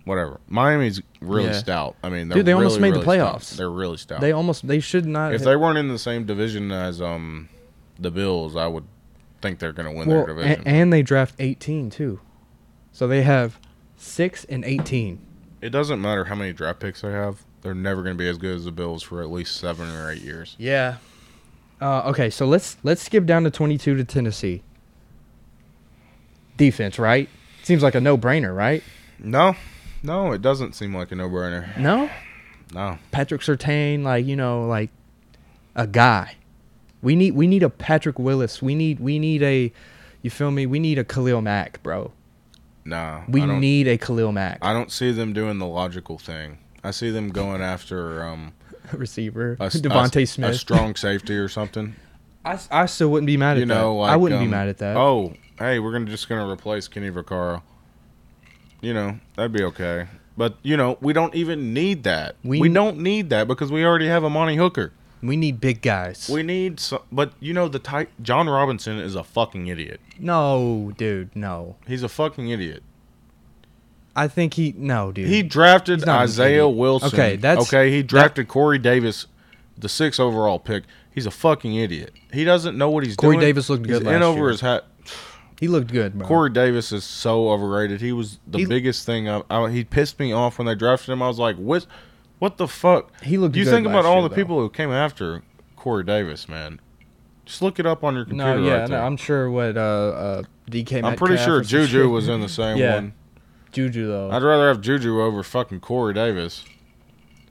Speaker 2: Whatever. Miami's really
Speaker 1: Yeah.
Speaker 2: stout. I mean, they're
Speaker 1: Dude, they almost
Speaker 2: really,
Speaker 1: made the
Speaker 2: really stout.
Speaker 1: playoffs.
Speaker 2: They're really stout.
Speaker 1: they almost they should not.
Speaker 2: if they weren't in the same division as um, the Bills, I would think they're going to win
Speaker 1: well,
Speaker 2: their
Speaker 1: a-
Speaker 2: division.
Speaker 1: and, they draft 18 too, so they have six and 18.
Speaker 2: It doesn't matter how many draft picks they have. They're never going to be as good as the Bills for at least seven or eight years.
Speaker 1: Yeah. Uh, okay, so let's let's skip down to 22 to Tennessee. Defense, right? Seems like a no-brainer, right?
Speaker 2: No, no, it doesn't seem like a no-brainer.
Speaker 1: No,
Speaker 2: No,
Speaker 1: Patrick Sertain, like you know, like a guy. We need we need a Patrick Willis. We need we need a, you feel me? We need a Khalil Mack, bro.
Speaker 2: no.
Speaker 1: We
Speaker 2: I don't,
Speaker 1: need a Khalil Mack
Speaker 2: I don't see them doing the logical thing. I see them going after um,
Speaker 1: (laughs) receiver, (laughs)
Speaker 2: a,
Speaker 1: Devontae
Speaker 2: a-
Speaker 1: Smith.
Speaker 2: a strong safety or something.
Speaker 1: I, I still wouldn't be mad at
Speaker 2: you know,
Speaker 1: that.
Speaker 2: like
Speaker 1: I wouldn't be
Speaker 2: um,
Speaker 1: mad at that.
Speaker 2: Oh, hey, we're gonna just gonna replace Kenny Vaccaro. You know, that'd be okay. But you know, we don't even need that.
Speaker 1: We-
Speaker 2: We, don't need that because we already have a Monty Hooker.
Speaker 1: We need big guys.
Speaker 2: We need some, but you know, the type John Robinson is a fucking idiot.
Speaker 1: no, dude, no.
Speaker 2: He's a fucking idiot.
Speaker 1: I think he no, dude.
Speaker 2: He drafted
Speaker 1: He's not an
Speaker 2: Isaiah
Speaker 1: idiot.
Speaker 2: Wilson.
Speaker 1: Okay, that's-
Speaker 2: okay. He drafted Corey Davis, the sixth overall pick. He's a fucking idiot. He doesn't know what he's
Speaker 1: Corey
Speaker 2: doing.
Speaker 1: Davis looked
Speaker 2: He's
Speaker 1: good
Speaker 2: in
Speaker 1: last
Speaker 2: over
Speaker 1: year.
Speaker 2: his hat.
Speaker 1: he looked good, bro.
Speaker 2: Corey Davis is so overrated. He was the
Speaker 1: He-
Speaker 2: biggest thing. I, I, he pissed me off when they drafted him. I was like, what? What the fuck?
Speaker 1: He looked
Speaker 2: You
Speaker 1: good
Speaker 2: think about
Speaker 1: last
Speaker 2: all
Speaker 1: year,
Speaker 2: the people who came after Corey Davis, man. Just look it up on your
Speaker 1: no,
Speaker 2: computer.
Speaker 1: yeah,
Speaker 2: right
Speaker 1: no.
Speaker 2: there. I'm,
Speaker 1: I'm sure what uh, uh DK.
Speaker 2: pretty
Speaker 1: Metcalf
Speaker 2: sure
Speaker 1: or some
Speaker 2: Juju
Speaker 1: shit.
Speaker 2: was in the same
Speaker 1: Yeah.
Speaker 2: one.
Speaker 1: Juju though.
Speaker 2: I'd rather have Juju over fucking Corey Davis,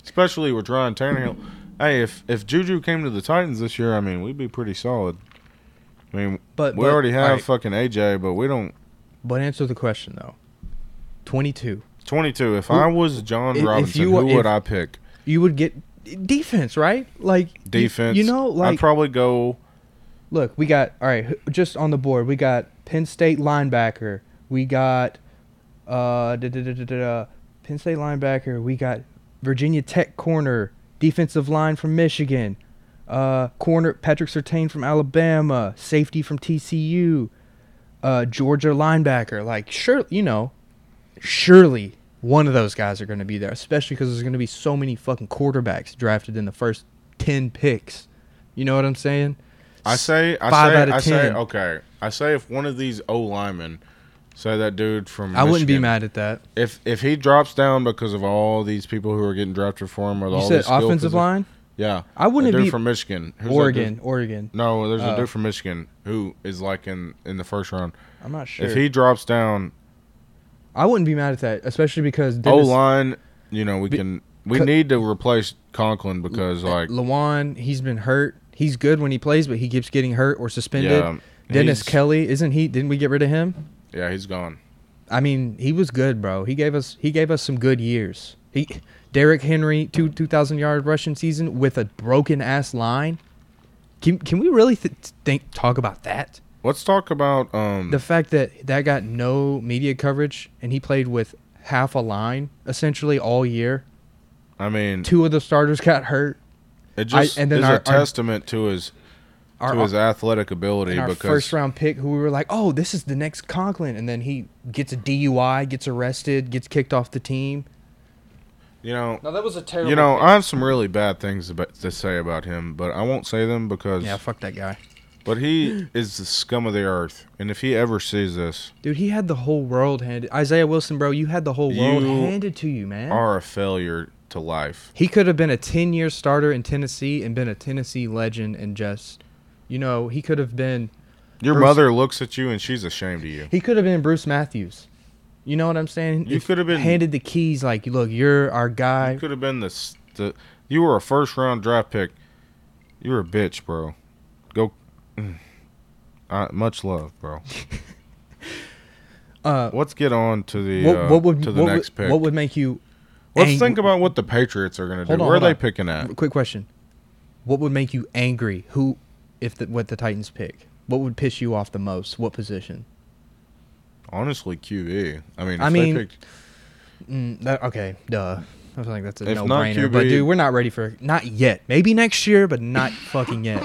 Speaker 2: especially with Ryan Tannehill. hey, if if Juju came to the Titans this year, I mean, we'd be pretty solid. I mean,
Speaker 1: but
Speaker 2: we
Speaker 1: but-
Speaker 2: already have
Speaker 1: alright,
Speaker 2: fucking AJ, but we don't.
Speaker 1: but answer the question though. Twenty-two.
Speaker 2: 22. If
Speaker 1: Who-
Speaker 2: I was John
Speaker 1: if- if
Speaker 2: Robinson,
Speaker 1: you-
Speaker 2: who
Speaker 1: if-
Speaker 2: would I pick?
Speaker 1: You would get defense, right? Like y-
Speaker 2: defense.
Speaker 1: You, know, like
Speaker 2: I'd probably go.
Speaker 1: look, we got all right. who- Just on the board, we got Penn State linebacker. We got uh, da, da, da, da, da, da, Penn State linebacker. We got Virginia Tech corner, defensive line from Michigan, uh, corner Patrick Sertain from Alabama, safety from TCU, uh, Georgia linebacker. Like sure, you know, surely. One of those guys are going to be there, especially because there's going to be so many fucking quarterbacks drafted in the first ten picks. You know what I'm saying?
Speaker 2: I say. I
Speaker 1: Five
Speaker 2: say.
Speaker 1: out of
Speaker 2: I say.
Speaker 1: 10.
Speaker 2: Okay. I say if one of these O linemen, say that dude from.
Speaker 1: I wouldn't be
Speaker 2: Michigan,
Speaker 1: mad at that.
Speaker 2: if if he drops down because of all these people who are getting drafted for him or
Speaker 1: You
Speaker 2: all
Speaker 1: said
Speaker 2: these skill
Speaker 1: offensive
Speaker 2: posi-
Speaker 1: line,
Speaker 2: Yeah,
Speaker 1: I wouldn't
Speaker 2: a dude
Speaker 1: be-
Speaker 2: from Michigan, Who's that dude?
Speaker 1: Oregon, Oregon.
Speaker 2: No, there's
Speaker 1: Oh.
Speaker 2: a dude from Michigan who is like in in the first round.
Speaker 1: I'm not sure.
Speaker 2: If he drops down
Speaker 1: I wouldn't be mad at that, especially because
Speaker 2: O
Speaker 1: Dennis
Speaker 2: line, you know we
Speaker 1: Be-
Speaker 2: can we
Speaker 1: cut-
Speaker 2: need to replace Conklin because like
Speaker 1: Lawan, he's been hurt. He's good when he plays, but he keeps getting hurt or suspended.
Speaker 2: yeah,
Speaker 1: Dennis
Speaker 2: he's-
Speaker 1: Kelly, isn't he? Didn't we get rid of him?
Speaker 2: Yeah, he's gone.
Speaker 1: I mean, he was good, bro. He gave us he gave us some good years. He Derrick Henry two two thousand yard rushing season with a broken ass line. Can can we really th- think talk about that?
Speaker 2: Let's talk about um
Speaker 1: The fact that that got no media coverage and he played with half a line essentially all year.
Speaker 2: I mean
Speaker 1: Two of the starters got hurt.
Speaker 2: it just
Speaker 1: and then
Speaker 2: is
Speaker 1: our-
Speaker 2: a
Speaker 1: our-
Speaker 2: testament to his
Speaker 1: Our,
Speaker 2: to his athletic ability
Speaker 1: and our
Speaker 2: because
Speaker 1: first round pick who we were like, oh, this is the next Conklin, and then he gets a DUI, gets arrested, gets kicked off the team.
Speaker 2: you know
Speaker 1: No, that was a terrible.
Speaker 2: you know I have some really bad things about, to say about him, but I won't say them because
Speaker 1: yeah, fuck that guy,
Speaker 2: but he is the scum of the earth, and if he ever sees this,
Speaker 1: dude. He had the whole world handed. Isaiah Wilson, bro, you had the whole world
Speaker 2: You
Speaker 1: handed to you, man.
Speaker 2: are a failure to life.
Speaker 1: he could have been a ten-year starter in Tennessee and been a Tennessee legend, and just, you know, he could have been.
Speaker 2: Your
Speaker 1: Bruce-
Speaker 2: mother looks at you and she's ashamed of you.
Speaker 1: He could have been Bruce Matthews. You know what I'm saying?
Speaker 2: You
Speaker 1: If
Speaker 2: could have been-
Speaker 1: handed the keys, like, look, you're our
Speaker 2: You
Speaker 1: guy.
Speaker 2: could have been the, s- the you were a first round draft pick. You were a bitch, bro. Go. Uh, much love, bro.
Speaker 1: (laughs) Uh,
Speaker 2: Let's get on to the
Speaker 1: what,
Speaker 2: uh,
Speaker 1: what would
Speaker 2: to the
Speaker 1: what
Speaker 2: next
Speaker 1: would,
Speaker 2: pick.
Speaker 1: What would make you?
Speaker 2: Let's
Speaker 1: ang-
Speaker 2: think about what the Patriots are going to
Speaker 1: Hold
Speaker 2: do.
Speaker 1: on,
Speaker 2: Where are
Speaker 1: hold
Speaker 2: they
Speaker 1: on.
Speaker 2: picking at?
Speaker 1: Quick question: What would make you angry? Who, if the, what the Titans pick? What would piss you off the most? What position?
Speaker 2: Honestly, QB. I mean, if
Speaker 1: I mean,
Speaker 2: they picked,
Speaker 1: Mm, that, okay, duh. I think that's a
Speaker 2: If not
Speaker 1: no-brainer. But
Speaker 2: QB
Speaker 1: dude, we're not ready for not yet. Maybe next year, but not fucking
Speaker 2: (coughs)
Speaker 1: yet.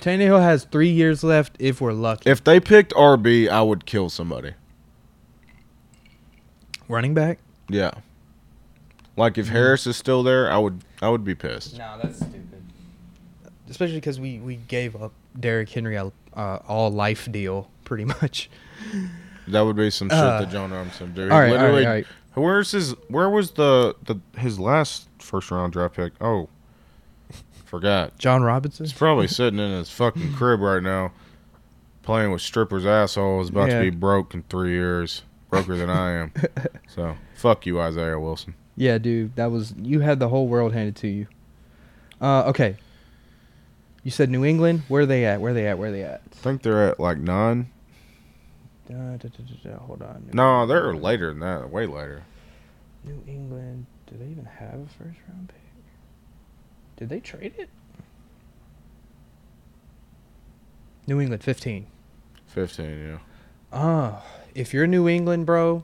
Speaker 1: Tannehill has three years left if we're lucky.
Speaker 2: if they picked RB, I would kill somebody.
Speaker 1: Running back?
Speaker 2: Yeah. Like
Speaker 1: Mm.
Speaker 2: if Harris is still there, I would I would be pissed.
Speaker 3: No, that's stupid.
Speaker 1: Especially because we we gave up Derrick Henry a uh, all life deal pretty (laughs) much.
Speaker 2: That would be some shit
Speaker 1: Uh,
Speaker 2: that John Armstrong do. He
Speaker 1: all right, all right,
Speaker 2: literally-
Speaker 1: all right.
Speaker 2: Where's his? Where was the, the his last first round draft pick? Oh, forgot.
Speaker 1: John Robinson. (laughs)
Speaker 2: He's probably sitting in his fucking crib right now, playing with strippers' assholes. About
Speaker 1: Yeah.
Speaker 2: to be broke in three years, broker than I
Speaker 1: (laughs)
Speaker 2: am. So fuck you, Isaiah Wilson.
Speaker 1: Yeah, dude, that was you had the whole world handed to you. Uh, okay. You said New England. Where are they at? Where are they at? Where are they at?
Speaker 2: I think they're at like nine.
Speaker 1: Da, da, da, da, da, hold on. New
Speaker 2: No,
Speaker 1: England.
Speaker 2: they're later than that. Way later.
Speaker 1: New England. Do they even have a first round pick? Did they trade it? New England, fifteen.
Speaker 2: Fifteen. Yeah.
Speaker 1: Oh, if you're New England, bro,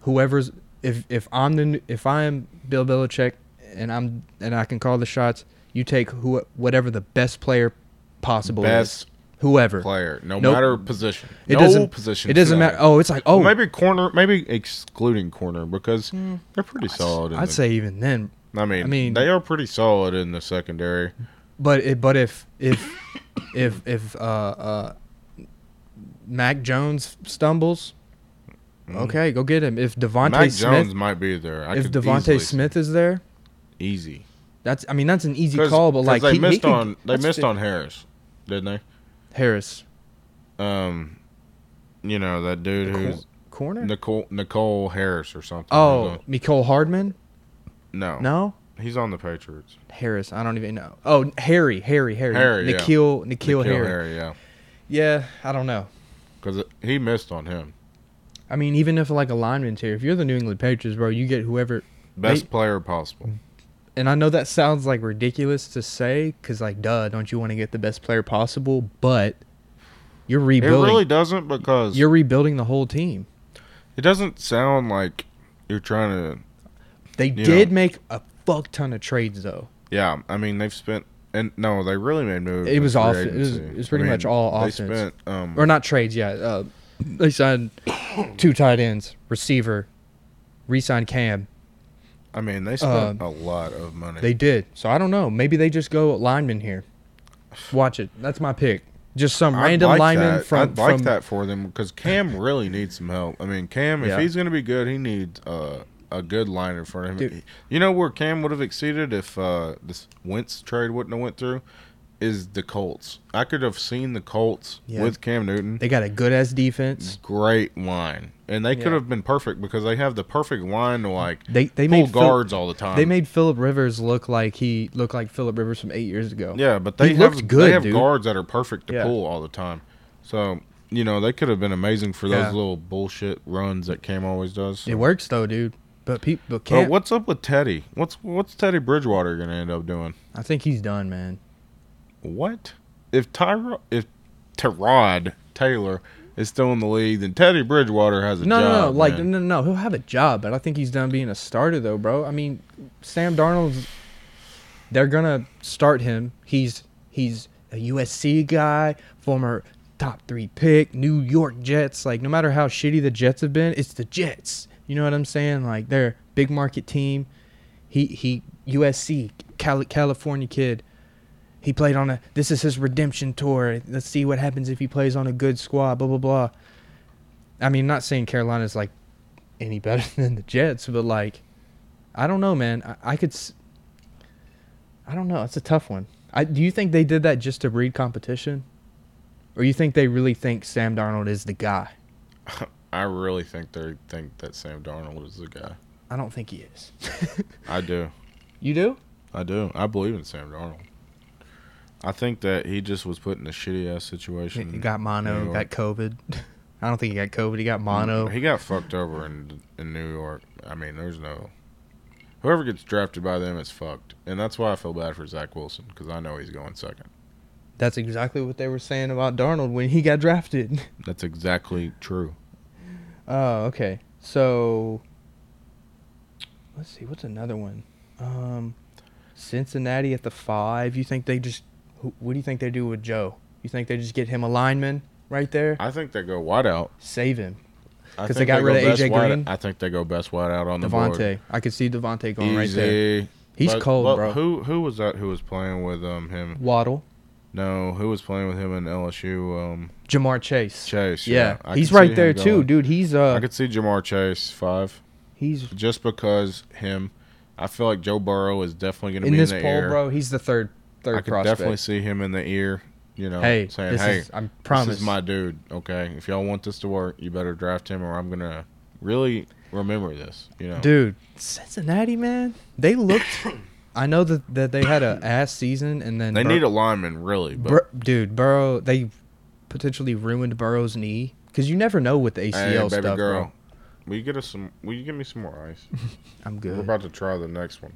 Speaker 1: whoever's if if I'm the if I'm Bill Belichick and I'm and I can call the shots, you take who whatever the best player possible is,
Speaker 2: Best
Speaker 1: whoever.
Speaker 2: player, no
Speaker 1: Nope.
Speaker 2: matter position.
Speaker 1: It
Speaker 2: no
Speaker 1: doesn't
Speaker 2: position.
Speaker 1: It doesn't matter. Oh, it's like oh,
Speaker 2: Oh, maybe corner. Maybe excluding corner because
Speaker 1: Mm.
Speaker 2: they're pretty solid. in
Speaker 1: I'd
Speaker 2: the-
Speaker 1: say even then,
Speaker 2: I mean,
Speaker 1: I mean-
Speaker 2: they are pretty solid in the secondary.
Speaker 1: but it, but if if if if uh uh Mac Jones stumbles, okay, go get him. If Devontae
Speaker 2: Mm-hmm. Mac Jones
Speaker 1: Smith,
Speaker 2: might be there. I
Speaker 1: if
Speaker 2: could
Speaker 1: Devontae
Speaker 2: easily-
Speaker 1: Smith is there.
Speaker 2: easy.
Speaker 1: That's I mean that's an easy
Speaker 2: 'Cause-
Speaker 1: call, but
Speaker 2: 'cause
Speaker 1: like
Speaker 2: they
Speaker 1: he- he
Speaker 2: missed
Speaker 1: could-
Speaker 2: on they
Speaker 1: that's
Speaker 2: missed
Speaker 1: the-
Speaker 2: on Harris, didn't
Speaker 1: Harris
Speaker 2: they? Um, you know that dude
Speaker 1: Cor-
Speaker 2: who's
Speaker 1: corner.
Speaker 2: Nicole Nicole Harris or something. He's
Speaker 1: oh,
Speaker 2: on-
Speaker 1: Nicole Hardman.
Speaker 2: no,
Speaker 1: No,
Speaker 2: he's on the Patriots.
Speaker 1: Harris. I don't even know. Oh, Harry, Harry, Harry.
Speaker 2: Harry, yeah.
Speaker 1: Nikhil, Nikhil,
Speaker 2: Nikhil
Speaker 1: Harry.
Speaker 2: Harry, yeah,
Speaker 1: Yeah, I don't know.
Speaker 2: because he missed on him.
Speaker 1: I mean, even if like a lineman's here, if you're the New England Patriots, bro, you get whoever.
Speaker 2: Best
Speaker 1: They-
Speaker 2: player possible.
Speaker 1: And I know that sounds like ridiculous to say, cause like, duh, don't you want to get the best player possible? But you're
Speaker 2: It
Speaker 1: rebuilding.
Speaker 2: really doesn't because
Speaker 1: you're rebuilding the whole team.
Speaker 2: it doesn't sound like you're trying to.
Speaker 1: They
Speaker 2: You
Speaker 1: did
Speaker 2: know.
Speaker 1: make a fuck ton of trades though.
Speaker 2: Yeah, I mean they've spent and no, they really made moves.
Speaker 1: It
Speaker 2: in
Speaker 1: was
Speaker 2: free
Speaker 1: off- it was-
Speaker 2: agency.
Speaker 1: it was pretty much all
Speaker 2: they
Speaker 1: offense.
Speaker 2: Spent, um,
Speaker 1: or not trades yeah. Uh, they signed two tight ends, receiver, re-signed Cam.
Speaker 2: I mean, they spent a lot of money.
Speaker 1: uh, They did. So I don't know. Maybe they just go lineman here. Watch it. That's my pick. Just some
Speaker 2: I'd
Speaker 1: random
Speaker 2: like
Speaker 1: lineman
Speaker 2: that.
Speaker 1: from
Speaker 2: I'd like
Speaker 1: from
Speaker 2: that for them because Cam really needs some help. I mean, Cam, if
Speaker 1: Yeah.
Speaker 2: he's going to be good, he needs uh, a good line in front of him.
Speaker 1: Dude.
Speaker 2: You know where Cam would have exceeded if uh, this Wentz trade wouldn't have went through is the Colts. I could have seen the Colts
Speaker 1: Yeah.
Speaker 2: with Cam Newton.
Speaker 1: They got a good ass defense.
Speaker 2: Great line, and they could
Speaker 1: Yeah.
Speaker 2: have been perfect because they have the perfect line to like
Speaker 1: They they
Speaker 2: Mm. pull
Speaker 1: made Phil-
Speaker 2: guards all the time.
Speaker 1: they made Philip Rivers look like he looked like Philip Rivers from eight years ago.
Speaker 2: Yeah, but
Speaker 1: He
Speaker 2: they
Speaker 1: looked
Speaker 2: have
Speaker 1: good,
Speaker 2: they have
Speaker 1: dude.
Speaker 2: guards that are perfect to
Speaker 1: Yeah.
Speaker 2: pull all the time. So you know, they could have been amazing for those
Speaker 1: Yeah.
Speaker 2: little bullshit runs that Cam always does.
Speaker 1: It works though, dude. But people
Speaker 2: But
Speaker 1: can't.
Speaker 2: what's up with Teddy? What's what's Teddy Bridgewater gonna end up doing?
Speaker 1: I think he's done, man.
Speaker 2: What if Tyro if Tyrod Taylor is still in the league? Then Teddy Bridgewater has a
Speaker 1: No,
Speaker 2: job.
Speaker 1: no, no. Like,
Speaker 2: man.
Speaker 1: no, no, no. He'll have a job, but I think he's done being a starter, though, bro. I mean, Sam Darnold's. They're gonna start him. He's he's a USC guy, former top three pick, New York Jets. Like, no matter how shitty the Jets have been, it's the Jets. You know what I'm saying? Like, they're a big market team. He he USC Cali- California kid. He played on a. This is his redemption tour. Let's see what happens if he plays on a good squad. Blah blah blah. I mean, not saying Carolina's like any better (laughs) than the Jets, but like, I don't know, man. I, I could. s- I don't know. It's a tough one. I, do you think they did that just to breed competition, or you think they really think Sam Darnold is the guy?
Speaker 2: I really think they think that Sam Darnold is the guy.
Speaker 1: I don't think he is.
Speaker 2: I do.
Speaker 1: (laughs) You do?
Speaker 2: I do. I believe in Sam Darnold. I think that he just was put in a shitty ass
Speaker 1: He
Speaker 2: situation.
Speaker 1: he got mono.
Speaker 2: New
Speaker 1: Got
Speaker 2: York. Mm,
Speaker 1: COVID. (laughs) I don't think he got COVID. He got mono.
Speaker 2: He got fucked over in in New York. I mean, there's no. Whoever gets drafted by them is fucked, and that's why I feel bad for Zach Wilson because I know he's going second.
Speaker 1: That's exactly what they were saying about Darnold when he got drafted.
Speaker 2: That's exactly true.
Speaker 1: Oh, okay. So let's see, what's another one? Um Cincinnati at the five. You think they just who, what do you think they do with Joe? You think they just get him a lineman right there?
Speaker 2: I think they go wide out
Speaker 1: Save him.
Speaker 2: I
Speaker 1: 'Cause
Speaker 2: think
Speaker 1: they got
Speaker 2: go
Speaker 1: rid of
Speaker 2: best
Speaker 1: AJ
Speaker 2: wide-
Speaker 1: Green?
Speaker 2: I think they go best wide out on the board.
Speaker 1: Devontae. I could see Devontae going right there.
Speaker 2: Easy.
Speaker 1: He's
Speaker 2: But-
Speaker 1: cold,
Speaker 2: but
Speaker 1: bro.
Speaker 2: Who who was that? Who was playing with um him?
Speaker 1: Waddle.
Speaker 2: No, who was playing with him in LSU? Um,
Speaker 1: Jamar Chase.
Speaker 2: Chase.
Speaker 1: yeah.
Speaker 2: I
Speaker 1: he's
Speaker 2: could see
Speaker 1: right
Speaker 2: him
Speaker 1: there too,
Speaker 2: going.
Speaker 1: dude. He's
Speaker 2: I
Speaker 1: uh
Speaker 2: could see Jamar Chase five,
Speaker 1: he's
Speaker 2: just because him. I feel like Joe Burrow is definitely going to
Speaker 1: in
Speaker 2: be
Speaker 1: this
Speaker 2: in
Speaker 1: poll,
Speaker 2: the air.
Speaker 1: bro, he's the third third
Speaker 2: I could
Speaker 1: prospect.
Speaker 2: definitely see him in the ear. You know,
Speaker 1: hey,
Speaker 2: saying,
Speaker 1: this
Speaker 2: "Hey,
Speaker 1: is I'm
Speaker 2: this
Speaker 1: promise.
Speaker 2: is my dude." Okay, if y'all want this to work, you better draft him, or I'm going to really remember this. You know,
Speaker 1: Dude, Cincinnati, man, they looked. I know that, that they had a ass season, and then
Speaker 2: they
Speaker 1: Bur-
Speaker 2: need a lineman really, but
Speaker 1: Bur- dude, Burrow. They potentially ruined Burrow's knee because you never know with the ACL
Speaker 2: hey, baby
Speaker 1: stuff,
Speaker 2: girl.
Speaker 1: bro.
Speaker 2: Will you get us some? Will you give me some more
Speaker 1: (laughs)
Speaker 2: ice?
Speaker 1: I'm
Speaker 2: We're
Speaker 1: good.
Speaker 2: about to try the next one.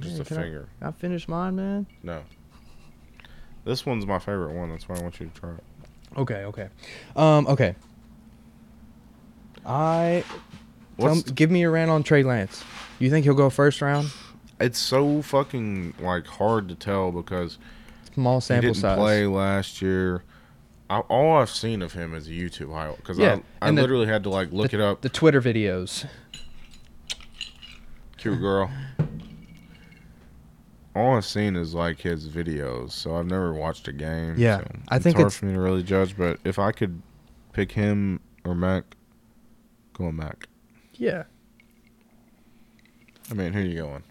Speaker 2: Just
Speaker 1: Yeah,
Speaker 2: a
Speaker 1: can I-
Speaker 2: finger.
Speaker 1: I finished mine, man.
Speaker 2: This one's my favorite one. That's why I want you to try it.
Speaker 1: Okay, okay, um, okay. I tell,
Speaker 2: What's
Speaker 1: me- give me a rant on Trey Lance. You think he'll go first round?
Speaker 2: it's so fucking like hard to tell because
Speaker 1: Small
Speaker 2: he
Speaker 1: sample
Speaker 2: didn't
Speaker 1: size.
Speaker 2: play last year. I, all I've seen of him is a YouTube highlight because
Speaker 1: Yeah,
Speaker 2: I, I
Speaker 1: and the-
Speaker 2: literally had to like look it up.
Speaker 1: The Twitter videos.
Speaker 2: Cute girl. All I've seen is like his videos, so I've never watched a game.
Speaker 1: Yeah,
Speaker 2: so
Speaker 1: I think
Speaker 2: it's hard
Speaker 1: it's-
Speaker 2: for me to really judge. But if I could pick him or Mac, go on Mac.
Speaker 1: Yeah.
Speaker 2: I mean, who you going?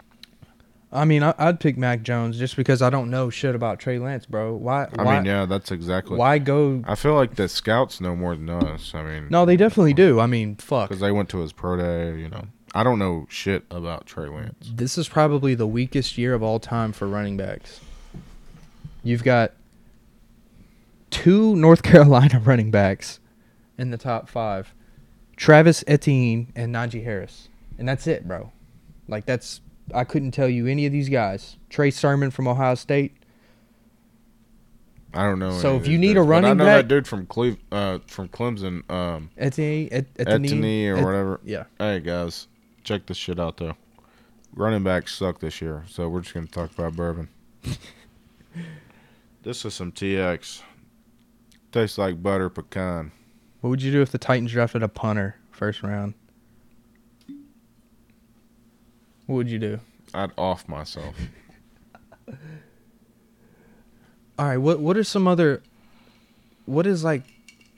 Speaker 1: I mean, I, I'd pick Mac Jones just because I don't know shit about Trey Lance, bro. Why?
Speaker 2: I
Speaker 1: why,
Speaker 2: mean, yeah, that's exactly.
Speaker 1: why go?
Speaker 2: I feel like the scouts know more than us. I mean,
Speaker 1: No, they definitely do. I mean, fuck.
Speaker 2: because they went to his pro day. You know, I don't know shit about Trey Lance.
Speaker 1: This is probably the weakest year of all time for running backs. You've got two North (laughs) Carolina running backs in the top five Travis Etienne and Najee Harris. And that's it, bro. Like, that's. I couldn't tell you any of these guys. Trey Sermon from Ohio State.
Speaker 2: I don't know.
Speaker 1: So
Speaker 2: any
Speaker 1: if
Speaker 2: of
Speaker 1: you
Speaker 2: these
Speaker 1: need a
Speaker 2: dudes, but I
Speaker 1: running
Speaker 2: know
Speaker 1: back-
Speaker 2: that dude from Cleve, uh, from Clemson, um,
Speaker 1: Etienne. Et,
Speaker 2: Etienne or
Speaker 1: Et-
Speaker 2: whatever.
Speaker 1: yeah.
Speaker 2: Hey guys, check this shit out though. Running backs suck this year, so we're just gonna talk about
Speaker 1: (laughs)
Speaker 2: bourbon. this is some TX. Tastes like butter pecan.
Speaker 1: What would you do if the Titans drafted a punter first round? What would you do?
Speaker 2: I'd off myself.
Speaker 1: All right, what what are some other what is like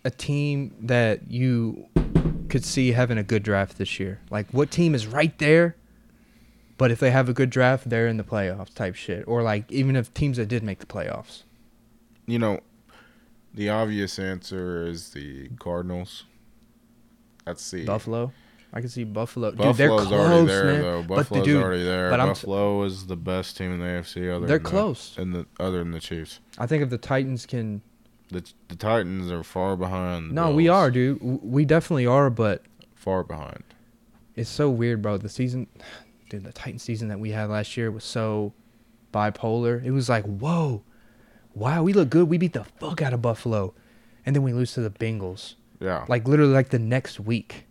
Speaker 1: a team that you could see having a good draft this year? Like what team is right there? But if they have a good draft, they're in the playoffs type shit. Or like even if teams that did make the playoffs.
Speaker 2: you know, the obvious answer is the Cardinals. That's the
Speaker 1: Buffalo. I can see Buffalo. Dude, they're
Speaker 2: Buffalo's
Speaker 1: close,
Speaker 2: already there
Speaker 1: man.
Speaker 2: though.
Speaker 1: But the
Speaker 2: Buffalo's
Speaker 1: dude-
Speaker 2: already there.
Speaker 1: but I'm-
Speaker 2: Buffalo is the best team in the AFC. Other
Speaker 1: They're
Speaker 2: than
Speaker 1: close.
Speaker 2: the, and the other than the Chiefs.
Speaker 1: I think if the Titans can
Speaker 2: The the Titans are far behind. the
Speaker 1: No, we
Speaker 2: Bills.
Speaker 1: are, dude. W- We definitely are, but
Speaker 2: far behind.
Speaker 1: it's so weird, bro. The season, (sighs) dude, the Titan season that we had last year was so bipolar. It was like, whoa, wow, we look good. We beat the fuck out of Buffalo, and then we lose to the Bengals.
Speaker 2: Yeah,
Speaker 1: Like literally, like the next week.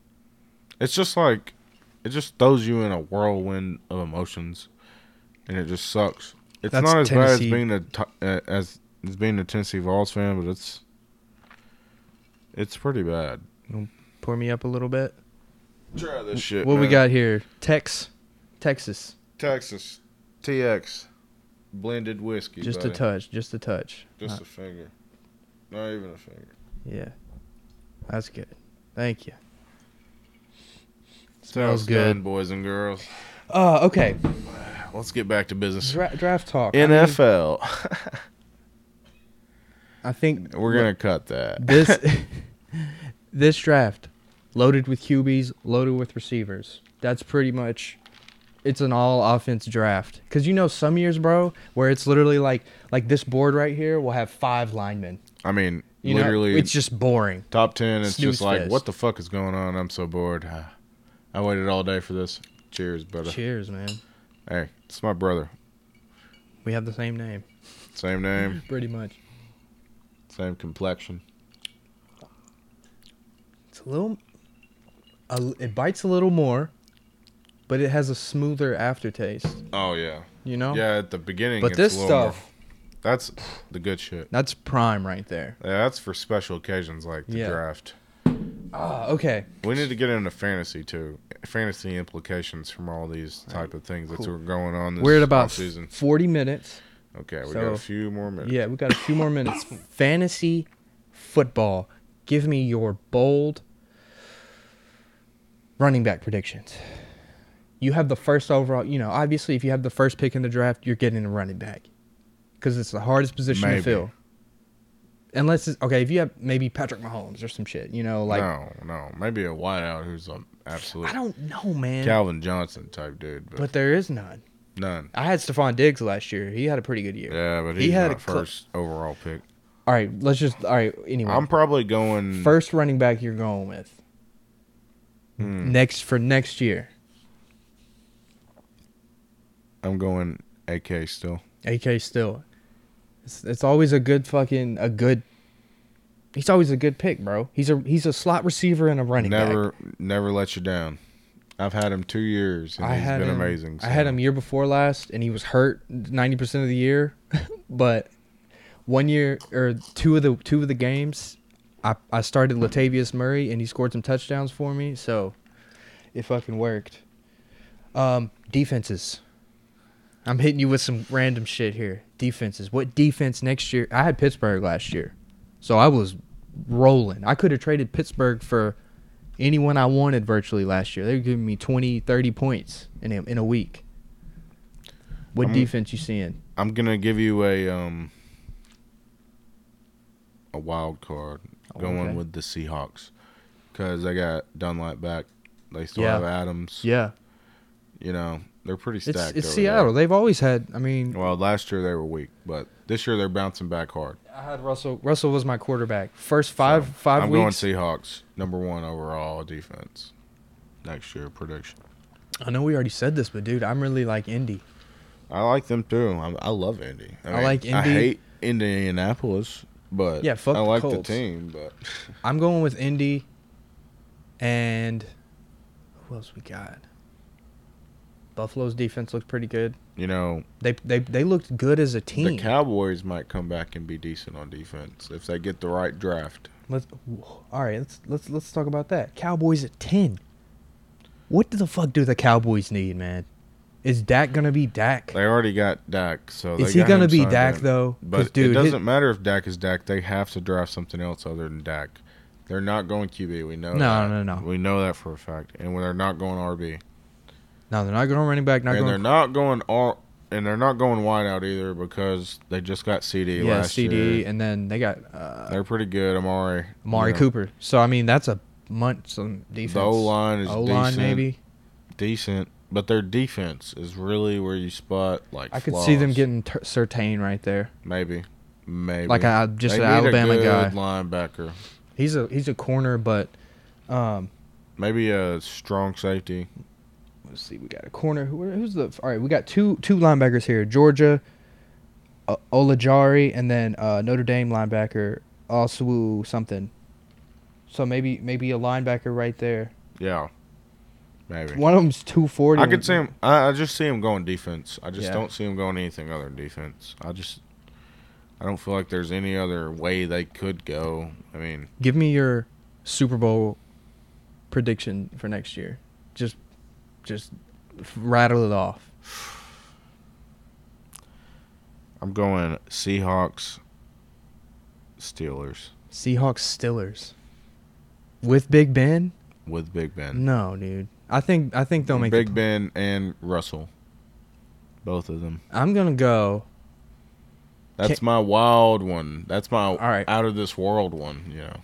Speaker 2: it's just like it just throws you in a whirlwind of emotions, and it just sucks. It's
Speaker 1: That's
Speaker 2: not as
Speaker 1: Tennessee.
Speaker 2: bad as being a Ti- uh, as as being a Tennessee Vols fan, but it's it's pretty bad.
Speaker 1: Pour me up a little bit.
Speaker 2: Try this shit.
Speaker 1: What we
Speaker 2: man.
Speaker 1: got here? Tex, Texas.
Speaker 2: Texas TX blended whiskey.
Speaker 1: Just a uh,
Speaker 2: buddy.
Speaker 1: touch. Just a touch.
Speaker 2: Just a finger. Not even a finger.
Speaker 1: Yeah, that's good. Thank you.
Speaker 2: Sounds
Speaker 1: Smells
Speaker 2: good,
Speaker 1: good.
Speaker 2: boys and girls.
Speaker 1: Uh, okay.
Speaker 2: Let's get back to business.
Speaker 1: Dra- draft talk. I mean,
Speaker 2: NFL.
Speaker 1: I think
Speaker 2: We're gonna cut that.
Speaker 1: (laughs) this this draft loaded with QBs, loaded with receivers. That's pretty much it's an all offense draft cuz you know some years, bro, where it's literally like like this board right here will have five linemen.
Speaker 2: (laughs) I mean,
Speaker 1: You
Speaker 2: literally,
Speaker 1: know? it's just boring.
Speaker 2: top ten. It's
Speaker 1: snooze
Speaker 2: just like,
Speaker 1: fest.
Speaker 2: what the fuck is going on? I'm so bored. (sighs) I waited all day for this. Cheers, brother.
Speaker 1: Cheers, man.
Speaker 2: Hey, it's my brother.
Speaker 1: We have the same name,
Speaker 2: Same name,
Speaker 1: pretty much.
Speaker 2: same complexion.
Speaker 1: It's a little a, l- it bites a little more, but it has a smoother aftertaste,
Speaker 2: Oh yeah,
Speaker 1: you know?
Speaker 2: yeah. At the beginning,
Speaker 1: But
Speaker 2: it's
Speaker 1: this
Speaker 2: a little more-
Speaker 1: stuff
Speaker 2: that's the good shit.
Speaker 1: that's prime right there.
Speaker 2: Yeah, that's for special occasions like the
Speaker 1: Yeah.
Speaker 2: draft.
Speaker 1: Ah, okay.
Speaker 2: We need to get into fantasy too. Fantasy implications from all these type of things that's
Speaker 1: cool.
Speaker 2: going on this
Speaker 1: We're at about
Speaker 2: season.
Speaker 1: 40 minutes.
Speaker 2: Okay, we got
Speaker 1: so-
Speaker 2: a few more minutes.
Speaker 1: Yeah, we got a few more
Speaker 2: (coughs)
Speaker 1: minutes. Fantasy football. Give me your bold running back predictions. You have the first overall, you know, obviously if you have the first pick in the draft, you're getting a running back cuz it's the hardest position
Speaker 2: Maybe.
Speaker 1: to fill. Unless it's okay, if you have maybe Patrick Mahomes or some shit, you know, like
Speaker 2: no, no, maybe a wideout who's an
Speaker 1: I
Speaker 2: absolute
Speaker 1: don't know, man.
Speaker 2: Calvin Johnson type dude, but,
Speaker 1: But there is none.
Speaker 2: none.
Speaker 1: I had Stephon Diggs last year. He had a pretty good year.
Speaker 2: Yeah, but
Speaker 1: He
Speaker 2: he's
Speaker 1: had
Speaker 2: my
Speaker 1: a cl-
Speaker 2: first overall pick.
Speaker 1: All right, let's just all right, anyway.
Speaker 2: I'm probably going.
Speaker 1: first running back you're going with
Speaker 2: Hmm,
Speaker 1: next for next year.
Speaker 2: I'm going AK still.
Speaker 1: AK still. It's, it's always a good fucking a good. He's always a good pick, bro. He's a he's a slot receiver and a running back.
Speaker 2: Never, never let you down. I've had him two years, and
Speaker 1: I
Speaker 2: he's
Speaker 1: had
Speaker 2: been
Speaker 1: him,
Speaker 2: amazing.
Speaker 1: I had
Speaker 2: so-
Speaker 1: him year before last, and he was hurt ninety percent of the year, (laughs) but one year or two of the two of the games, I I started Latavius Murray, and he scored some touchdowns for me, so it fucking worked. Um, defenses. I'm hitting you with some random shit here. Defenses. What defense next year? I had Pittsburgh last year, so I was rolling. I could have traded Pittsburgh for anyone I wanted virtually last year. They were giving me 20, 30 points in a, in a week. What
Speaker 2: I'm-
Speaker 1: defense you seeing?
Speaker 2: I'm gonna give you a um a wild card
Speaker 1: Oh,
Speaker 2: going
Speaker 1: okay.
Speaker 2: with the Seahawks because they got Dunlap back. They still
Speaker 1: Yeah.
Speaker 2: have Adams.
Speaker 1: Yeah,
Speaker 2: You know they're pretty
Speaker 1: it's
Speaker 2: stacked.
Speaker 1: it's
Speaker 2: over
Speaker 1: Seattle.
Speaker 2: there.
Speaker 1: They've always had. I mean,
Speaker 2: Well, last year they were weak, but this year they're bouncing back hard.
Speaker 1: I had Russell. Russell was my quarterback. First five
Speaker 2: So,
Speaker 1: five
Speaker 2: I'm
Speaker 1: weeks.
Speaker 2: going Seahawks number one overall defense next year prediction.
Speaker 1: I know we already said this, but dude, I'm really like Indy.
Speaker 2: I like them too. I, I love Indy.
Speaker 1: I like
Speaker 2: I
Speaker 1: Indy.
Speaker 2: hate Indianapolis, but
Speaker 1: Yeah, fuck
Speaker 2: I
Speaker 1: the
Speaker 2: like
Speaker 1: Colts.
Speaker 2: the team, but (laughs)
Speaker 1: I'm going with Indy, and who else we got? Buffalo's defense looked pretty good.
Speaker 2: you know.
Speaker 1: They they they looked good as a team.
Speaker 2: The Cowboys might come back and be decent on defense if they get the right draft.
Speaker 1: Let's all right. Let's let's let's talk about that. Cowboys at ten. What the fuck do the Cowboys need, man? Is Dak gonna be Dak?
Speaker 2: They already got Dak, so they
Speaker 1: Is he
Speaker 2: got
Speaker 1: gonna
Speaker 2: him
Speaker 1: be
Speaker 2: signed
Speaker 1: Dak
Speaker 2: in.
Speaker 1: though? 'Cause,
Speaker 2: But
Speaker 1: dude,
Speaker 2: it
Speaker 1: his-
Speaker 2: doesn't matter if Dak is Dak. They have to draft something else other than Dak. They're not going QB. We know.
Speaker 1: No,
Speaker 2: that.
Speaker 1: no, no.
Speaker 2: We know that for a fact. And when they're not going RB,
Speaker 1: no, they're not going running back. Not
Speaker 2: and they're
Speaker 1: going.
Speaker 2: not going R, and they're not going wide out either because they just got CD
Speaker 1: Yeah,
Speaker 2: last
Speaker 1: CD,
Speaker 2: year.
Speaker 1: and then they got uh,
Speaker 2: They're pretty good. Amari.
Speaker 1: Amari
Speaker 2: you know.
Speaker 1: Cooper. So I mean, that's a month some defense.
Speaker 2: The O line is
Speaker 1: O-line,
Speaker 2: decent,
Speaker 1: maybe.
Speaker 2: decent, but their defense is really where you spot like.
Speaker 1: I could see them
Speaker 2: flaws.
Speaker 1: getting ter- Sertain right there.
Speaker 2: Maybe. Maybe
Speaker 1: like a, just
Speaker 2: They
Speaker 1: an
Speaker 2: need
Speaker 1: Alabama
Speaker 2: a good
Speaker 1: guy.
Speaker 2: linebacker.
Speaker 1: He's a he's a corner, but um,
Speaker 2: Maybe a strong safety.
Speaker 1: let's see, we got a corner. Who, who's the? All right, we got two two linebackers here: Georgia, uh, Olajari, and then uh, Notre Dame linebacker Oswu something. So maybe maybe a linebacker right there.
Speaker 2: Yeah, maybe.
Speaker 1: One of them's two forty.
Speaker 2: I could see him. I, I just see him going defense. I just
Speaker 1: Yeah.
Speaker 2: don't see him going anything other than defense. I just, I don't feel like there's any other way they could go. I mean,
Speaker 1: Give me your Super Bowl prediction for next year. Just just rattle it off.
Speaker 2: I'm going Seahawks, Steelers
Speaker 1: Seahawks Steelers with Big Ben.
Speaker 2: with Big Ben.
Speaker 1: No, dude. I think I think they'll make.
Speaker 2: Big
Speaker 1: the,
Speaker 2: Ben and Russell, both of them.
Speaker 1: I'm gonna go.
Speaker 2: That's my wild one. That's my
Speaker 1: right.
Speaker 2: out of this world one. You know,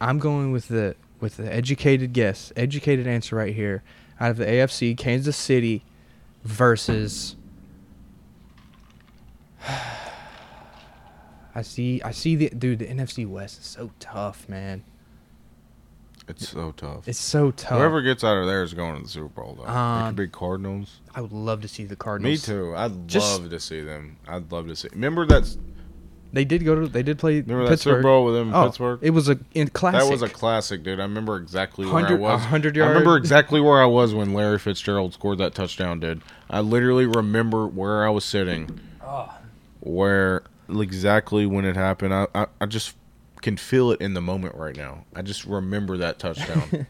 Speaker 1: I'm going with the with the educated guess, educated answer right here. Out of the AFC, Kansas City versus. (sighs) I see. I see the dude. The NFC West is so tough, man.
Speaker 2: it's so tough.
Speaker 1: It's so tough.
Speaker 2: Whoever gets out of there is going to the Super Bowl though. it
Speaker 1: Um,
Speaker 2: could be Cardinals.
Speaker 1: I would love to see the
Speaker 2: Me
Speaker 1: Cardinals.
Speaker 2: too. I'd
Speaker 1: Just-
Speaker 2: love to see them. I'd love to see. Remember that?
Speaker 1: They did go to. They did play
Speaker 2: Remember that
Speaker 1: Pittsburgh.
Speaker 2: Super Bowl with them in
Speaker 1: Oh,
Speaker 2: Pittsburgh?
Speaker 1: It was a in classic.
Speaker 2: That was a classic, dude. I remember exactly where I
Speaker 1: 100
Speaker 2: was.
Speaker 1: 100
Speaker 2: I remember
Speaker 1: yard.
Speaker 2: exactly where I was when Larry Fitzgerald scored that touchdown, dude. I literally remember where I was sitting, where exactly when it happened. I, I, I just can feel it in the moment right now. I just remember
Speaker 1: (laughs)
Speaker 2: that touchdown.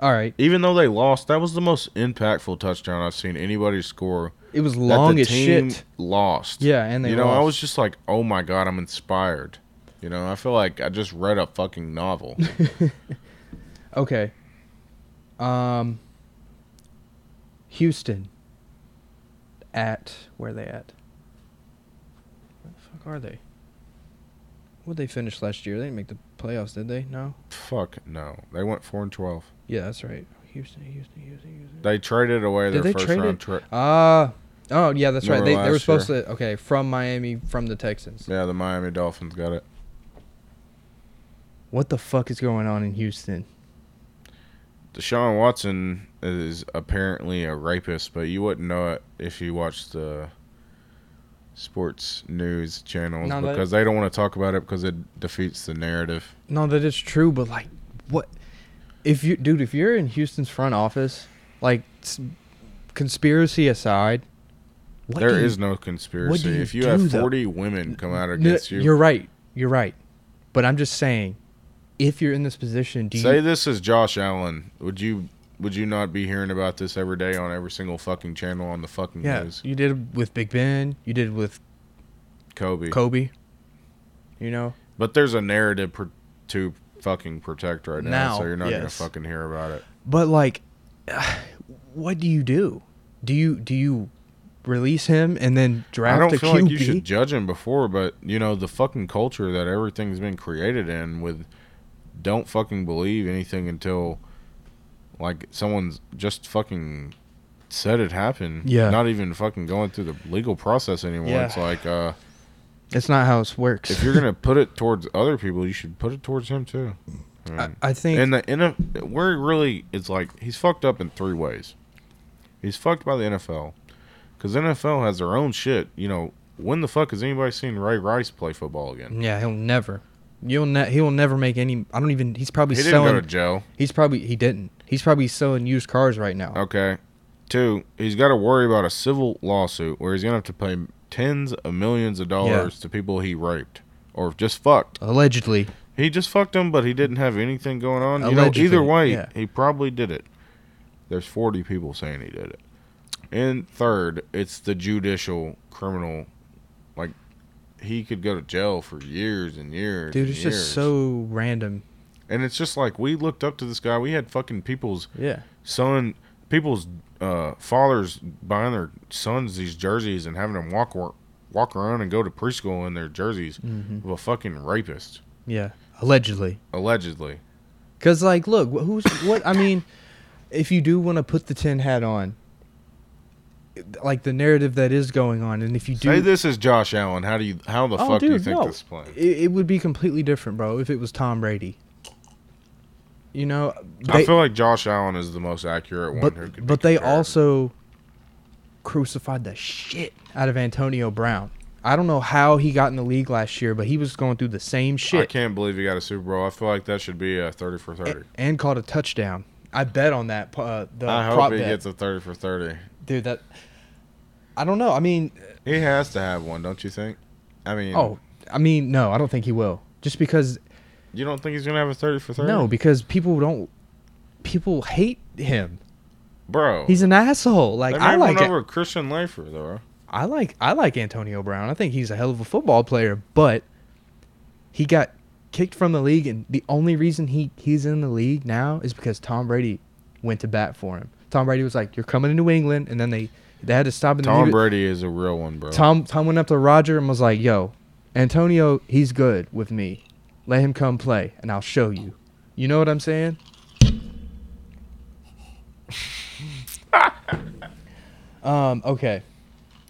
Speaker 1: All right.
Speaker 2: Even though they lost, that was the most impactful touchdown I've seen anybody score.
Speaker 1: It was
Speaker 2: that
Speaker 1: long
Speaker 2: the
Speaker 1: as
Speaker 2: team
Speaker 1: shit.
Speaker 2: Lost.
Speaker 1: Yeah, and they
Speaker 2: you know, I
Speaker 1: lost.
Speaker 2: was just like, oh my god, I'm inspired. You know, I feel like I just read a
Speaker 1: (laughs)
Speaker 2: fucking novel.
Speaker 1: Okay. Um. Houston. At where are they at? Where the fuck are they? What they finished last year? They didn't make the playoffs, did they? No.
Speaker 2: Fuck no, they went four and twelve.
Speaker 1: Yeah, that's right. Houston, Houston, Houston, Houston.
Speaker 2: They traded away
Speaker 1: Did they
Speaker 2: their first
Speaker 1: trade
Speaker 2: round
Speaker 1: it?
Speaker 2: trip.
Speaker 1: Ah. oh yeah, that's right.
Speaker 2: Remember
Speaker 1: They they were
Speaker 2: last
Speaker 1: supposed to. Okay, from Miami, from the Texans.
Speaker 2: Yeah, the Miami Dolphins got it.
Speaker 1: What the fuck is going on in Houston?
Speaker 2: Deshaun Watson is apparently a rapist, but you wouldn't know it if you watched the sports news channels
Speaker 1: No, they-
Speaker 2: because they don't want to talk about it because it defeats the narrative.
Speaker 1: No, that is true, but like, what? If you, dude, if you're in Houston's front office, like, s- conspiracy aside, what
Speaker 2: there
Speaker 1: do you-
Speaker 2: is no conspiracy.
Speaker 1: you
Speaker 2: If you
Speaker 1: do,
Speaker 2: have
Speaker 1: though?
Speaker 2: 40 women come out
Speaker 1: n-
Speaker 2: against you,
Speaker 1: You're right. You're right. But I'm just saying, if you're in this position, do
Speaker 2: Say
Speaker 1: you?
Speaker 2: this is Josh Allen. Would you would you not be hearing about this every day on every single fucking channel on the fucking
Speaker 1: Yeah,
Speaker 2: news?
Speaker 1: you did it with Big Ben. You did it with
Speaker 2: Kobe.
Speaker 1: Kobe. You know,
Speaker 2: but there's a narrative pr- to fucking protect right now,
Speaker 1: Now,
Speaker 2: so you're not gonna
Speaker 1: yes.
Speaker 2: fucking hear about it.
Speaker 1: but like, (sighs) what do you do? Do you do you release him and then draft
Speaker 2: I
Speaker 1: a
Speaker 2: don't feel
Speaker 1: QB?
Speaker 2: like you should judge him before, but you know the fucking culture that everything's been created in with don't fucking believe anything until like someone's just fucking said it happened.
Speaker 1: Yeah.
Speaker 2: Not even fucking going through the legal process anymore.
Speaker 1: Yeah.
Speaker 2: It's like uh
Speaker 1: It's not how it works.
Speaker 2: if you're gonna put it towards other people, you should put it towards him too.
Speaker 1: I, I think
Speaker 2: And the NF, where he really it's like he's fucked up in three ways. He's fucked by the NFL because NFL has their own shit. You know, when the fuck has anybody seen Ray Rice play football again?
Speaker 1: Yeah, he'll never. You'll ne- he will never make any. I don't even. He's probably
Speaker 2: He didn't
Speaker 1: selling.
Speaker 2: go to jail.
Speaker 1: he's probably he didn't. He's probably selling used cars right now.
Speaker 2: Okay. Two, he's got to worry about a civil lawsuit where he's gonna have to pay tens of millions of dollars to people he raped or just fucked.
Speaker 1: Allegedly,
Speaker 2: He just fucked him, but he didn't have anything going on.
Speaker 1: Allegedly,
Speaker 2: you know, either way,
Speaker 1: yeah.
Speaker 2: he probably did it. There's 40 people saying he did it. And third, it's the judicial criminal. Like he could go to jail for years and years.
Speaker 1: dude,
Speaker 2: and
Speaker 1: it's
Speaker 2: years.
Speaker 1: just so random.
Speaker 2: And it's just like we looked up to this guy. We had fucking people's
Speaker 1: Yeah,
Speaker 2: son, people's uh, fathers buying their sons these jerseys and having them walk wa- walk around and go to preschool in their jerseys
Speaker 1: Mm-hmm.
Speaker 2: of a fucking rapist,
Speaker 1: yeah. Allegedly,
Speaker 2: allegedly.
Speaker 1: because like, look, wh- who's what? I mean, if you do want to put the tin hat on, like the narrative that is going on. And if you do
Speaker 2: Say this is Josh Allen. How do you? How the
Speaker 1: Oh,
Speaker 2: fuck do you
Speaker 1: dude,
Speaker 2: think
Speaker 1: no.
Speaker 2: this is playing?
Speaker 1: it, it would be completely different, bro, if it was Tom Brady. You know,
Speaker 2: I
Speaker 1: they-
Speaker 2: feel like Josh Allen is the most accurate one. who
Speaker 1: but
Speaker 2: could
Speaker 1: but
Speaker 2: be
Speaker 1: they
Speaker 2: compared.
Speaker 1: also crucified the shit out of Antonio Brown. I don't know how he got in the league last year, but he was going through the same
Speaker 2: I
Speaker 1: shit
Speaker 2: can't believe he got a Super Bowl. I feel like that should be a thirty for thirty.
Speaker 1: and, and caught a touchdown. I bet on that uh, the
Speaker 2: I hope
Speaker 1: prop
Speaker 2: he
Speaker 1: bet,
Speaker 2: gets a thirty for thirty.
Speaker 1: dude. That I don't know. I mean,
Speaker 2: He has to have one, don't you think? I mean,
Speaker 1: oh, I mean, no, I don't think he will. Just because
Speaker 2: you don't think he's gonna have a thirty for thirty?
Speaker 1: no, because people don't. People hate him.
Speaker 2: bro.
Speaker 1: He's an asshole.
Speaker 2: Oh. they
Speaker 1: Like
Speaker 2: made
Speaker 1: I like
Speaker 2: one
Speaker 1: it.
Speaker 2: over Christian Leifer though.
Speaker 1: I like I like Antonio Brown. I think he's a hell of a football player, but he got kicked from the league and the only reason he he's in the league now is because Tom Brady went to bat for him. Tom Brady was like, "You're coming to New England," and then they they had to stop in the
Speaker 2: Tom
Speaker 1: New-
Speaker 2: Brady is a real one, bro.
Speaker 1: Tom Tom went up to Roger and was like, "Yo, Antonio, he's good with me. Let him come play, and I'll show you." You know what I'm
Speaker 2: (laughs)
Speaker 1: saying? um. Okay.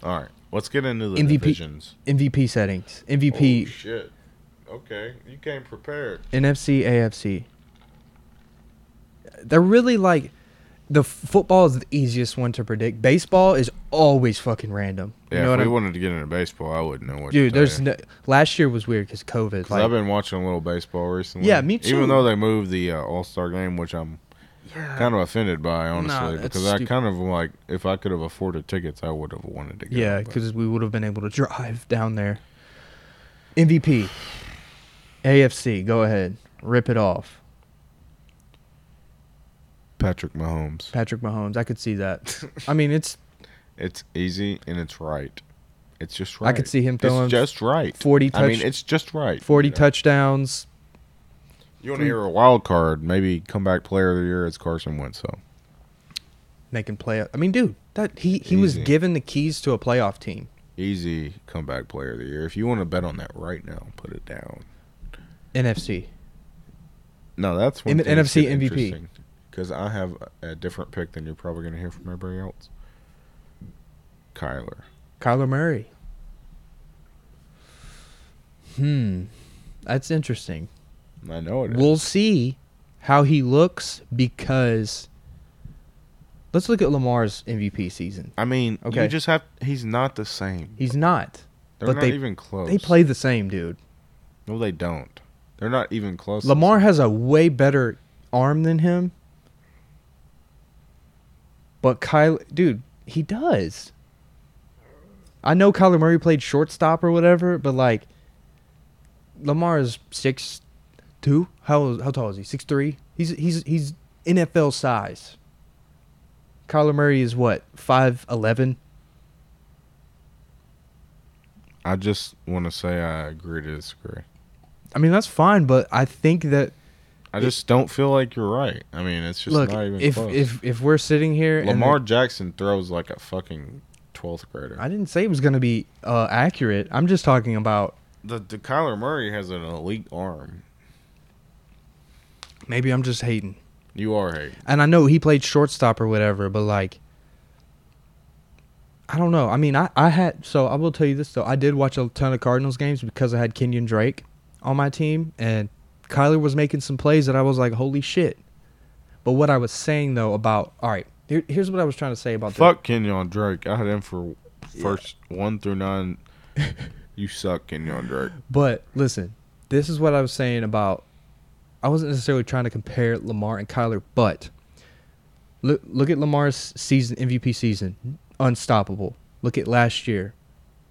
Speaker 2: All right, let's get into the
Speaker 1: MVP.
Speaker 2: divisions.
Speaker 1: MVP settings.
Speaker 2: Oh,
Speaker 1: MVP,
Speaker 2: shit. Okay, you came prepared.
Speaker 1: NFC, AFC. They're really like the f- football is the easiest one to predict. Baseball is always fucking random. You
Speaker 2: Yeah,
Speaker 1: know what
Speaker 2: if we
Speaker 1: I'm
Speaker 2: wanted to get into baseball, I wouldn't know what.
Speaker 1: Dude,
Speaker 2: to
Speaker 1: there's
Speaker 2: tell you.
Speaker 1: no, last year was weird cuz COVID.
Speaker 2: 'Cause
Speaker 1: like-
Speaker 2: I've been watching a little baseball recently.
Speaker 1: Yeah, me too.
Speaker 2: Even though they moved the uh, All Star game, which I'm kind of offended by, honestly,
Speaker 1: that's
Speaker 2: because I
Speaker 1: stupid.
Speaker 2: kind of like if I could have afforded tickets, I would have wanted to go.
Speaker 1: Yeah,
Speaker 2: but-
Speaker 1: because we would have been able to drive down there. MVP, AFC, go ahead, rip it off,
Speaker 2: Patrick Mahomes.
Speaker 1: Patrick Mahomes. I could see
Speaker 2: (laughs)
Speaker 1: that. I mean, it's
Speaker 2: It's easy and it's right. It's just right.
Speaker 1: I could see him throwing
Speaker 2: It's just right.
Speaker 1: 40
Speaker 2: I mean,
Speaker 1: touch-
Speaker 2: it's just right.
Speaker 1: forty
Speaker 2: you know?
Speaker 1: touchdowns.
Speaker 2: You want to hear a wild card? Maybe comeback player of the year. It's Carson Wentz. So
Speaker 1: making play. I mean, dude, that he he was
Speaker 2: Easy.
Speaker 1: given the keys to a playoff team.
Speaker 2: easy comeback player of the year. If you want to bet on that right now, put it down.
Speaker 1: NFC.
Speaker 2: No, that's one
Speaker 1: M- NFC MVP.
Speaker 2: Because I have a different pick than you're probably going to hear from everybody else. Kyler.
Speaker 1: Kyler Murray. Hmm. That's interesting.
Speaker 2: I know it is.
Speaker 1: We'll see how he looks because let's look at Lamar's MVP season.
Speaker 2: I mean, you
Speaker 1: Okay.
Speaker 2: just have. He's not the same.
Speaker 1: He's not.
Speaker 2: They're
Speaker 1: but
Speaker 2: not
Speaker 1: they-
Speaker 2: even close.
Speaker 1: They play the same, dude.
Speaker 2: No, they don't. They're not even close.
Speaker 1: Lamar has a way better arm than him. But Kyle, dude, he does. I know Kyler Murray played shortstop or whatever, but like, Lamar is six two. How how tall is he? Six three. He's he's he's NFL size. Kyler Murray is what five eleven.
Speaker 2: I just want to say I agree to disagree.
Speaker 1: I mean that's fine, but I think that
Speaker 2: I just don't feel like you're right. I mean, it's just
Speaker 1: look
Speaker 2: not even
Speaker 1: if
Speaker 2: close.
Speaker 1: if if we're sitting here,
Speaker 2: Lamar
Speaker 1: and
Speaker 2: Jackson throws like a fucking twelfth grader.
Speaker 1: I didn't say it was going to be uh, accurate. I'm just talking about
Speaker 2: the, the Kyler Murray has an elite arm.
Speaker 1: maybe I'm just hating.
Speaker 2: You are hating.
Speaker 1: And I know he played shortstop or whatever, but like I don't know. I mean, I I had so I will tell you this though. I did watch a ton of Cardinals games because I had Kenyon Drake on my team and Kyler was making some plays that I was like, "Holy shit." But what I was saying though about all right, here, here's what I was trying to say about the-
Speaker 2: Fuck Kenyon Drake. I had him for first one
Speaker 1: (laughs)
Speaker 2: through nine. you suck, Kenyon Drake.
Speaker 1: But listen, this is what I was saying about. I wasn't necessarily trying to compare Lamar and Kyler, but look look at Lamar's season MVP season, unstoppable. Look at last year,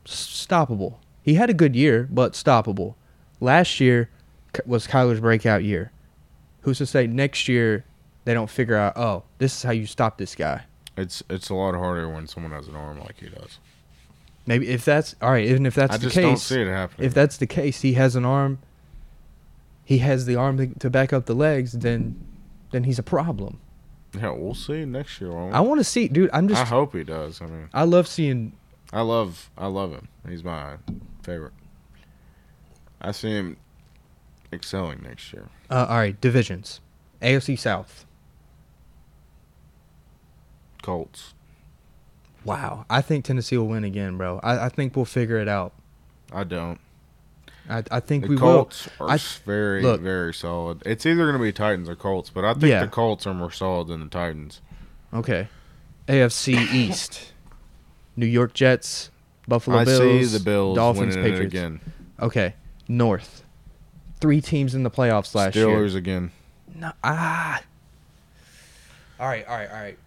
Speaker 1: stoppable. He had a good year, but stoppable. Last year K- was Kyler's breakout year. Who's to say next year they don't figure out? Oh, this is how you stop this guy.
Speaker 2: It's it's a lot harder when someone has an arm like he does.
Speaker 1: Maybe if that's all right, even if that's
Speaker 2: I
Speaker 1: the
Speaker 2: just
Speaker 1: case,
Speaker 2: don't see it happening.
Speaker 1: If that's the case, he has an arm. He has the arm to- to back up the legs. Then, then he's a problem.
Speaker 2: yeah, we'll see next year. won't we?
Speaker 1: I want to see, dude. I'm
Speaker 2: I
Speaker 1: just.
Speaker 2: hope he does. I mean,
Speaker 1: I love seeing.
Speaker 2: I love I love him. He's my favorite. I see him excelling next year.
Speaker 1: Uh, all right, divisions, AFC South.
Speaker 2: Colts.
Speaker 1: Wow, I think Tennessee will win again, bro. I, I think we'll figure it out.
Speaker 2: I don't.
Speaker 1: I, I think
Speaker 2: The
Speaker 1: we
Speaker 2: Colts are
Speaker 1: I-
Speaker 2: s- very,
Speaker 1: look.
Speaker 2: very solid. It's either going to be Titans or Colts, but I think
Speaker 1: Yeah.
Speaker 2: the Colts are more solid than the Titans.
Speaker 1: will. Okay,
Speaker 2: (coughs)
Speaker 1: AFC East, New York Jets, Buffalo
Speaker 2: I
Speaker 1: Bills,
Speaker 2: see the Bills
Speaker 1: Dolphins,
Speaker 2: winning
Speaker 1: Patriots.
Speaker 2: it again.
Speaker 1: Okay, North, three teams in the playoffs last year.
Speaker 2: Steelers again.
Speaker 1: No, ah. All right, all right, all right.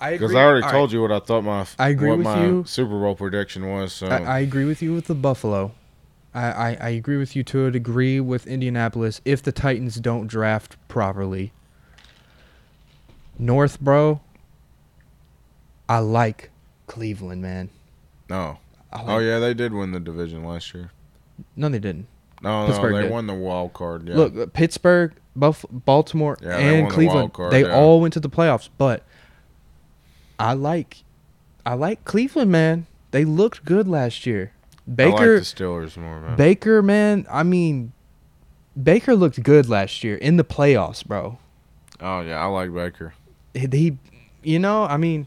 Speaker 1: I agree.
Speaker 2: Because I already told you what I thought my
Speaker 1: I agree
Speaker 2: what
Speaker 1: with
Speaker 2: my
Speaker 1: you.
Speaker 2: Super Bowl prediction was. So
Speaker 1: I, I agree with you with the Buffalo. I, I, I agree with you to a degree with Indianapolis if the Titans don't draft properly. North, bro. I like Cleveland, man.
Speaker 2: no,
Speaker 1: I like,
Speaker 2: oh yeah, they did win the division last year.
Speaker 1: No, they didn't.
Speaker 2: No,
Speaker 1: Pittsburgh
Speaker 2: no, they
Speaker 1: did.
Speaker 2: won the wild card. Yeah.
Speaker 1: Look, Pittsburgh, Buff- Baltimore,
Speaker 2: Yeah, they won
Speaker 1: and
Speaker 2: the
Speaker 1: Cleveland.
Speaker 2: wild card,
Speaker 1: they
Speaker 2: yeah.
Speaker 1: all went to the playoffs, but I like I like Cleveland, man. They looked good last year.
Speaker 2: I
Speaker 1: Baker
Speaker 2: like the Steelers more, man.
Speaker 1: Baker, man, I mean Baker looked good last year in the playoffs, bro.
Speaker 2: oh yeah, I like Baker.
Speaker 1: He, he- you know, I mean,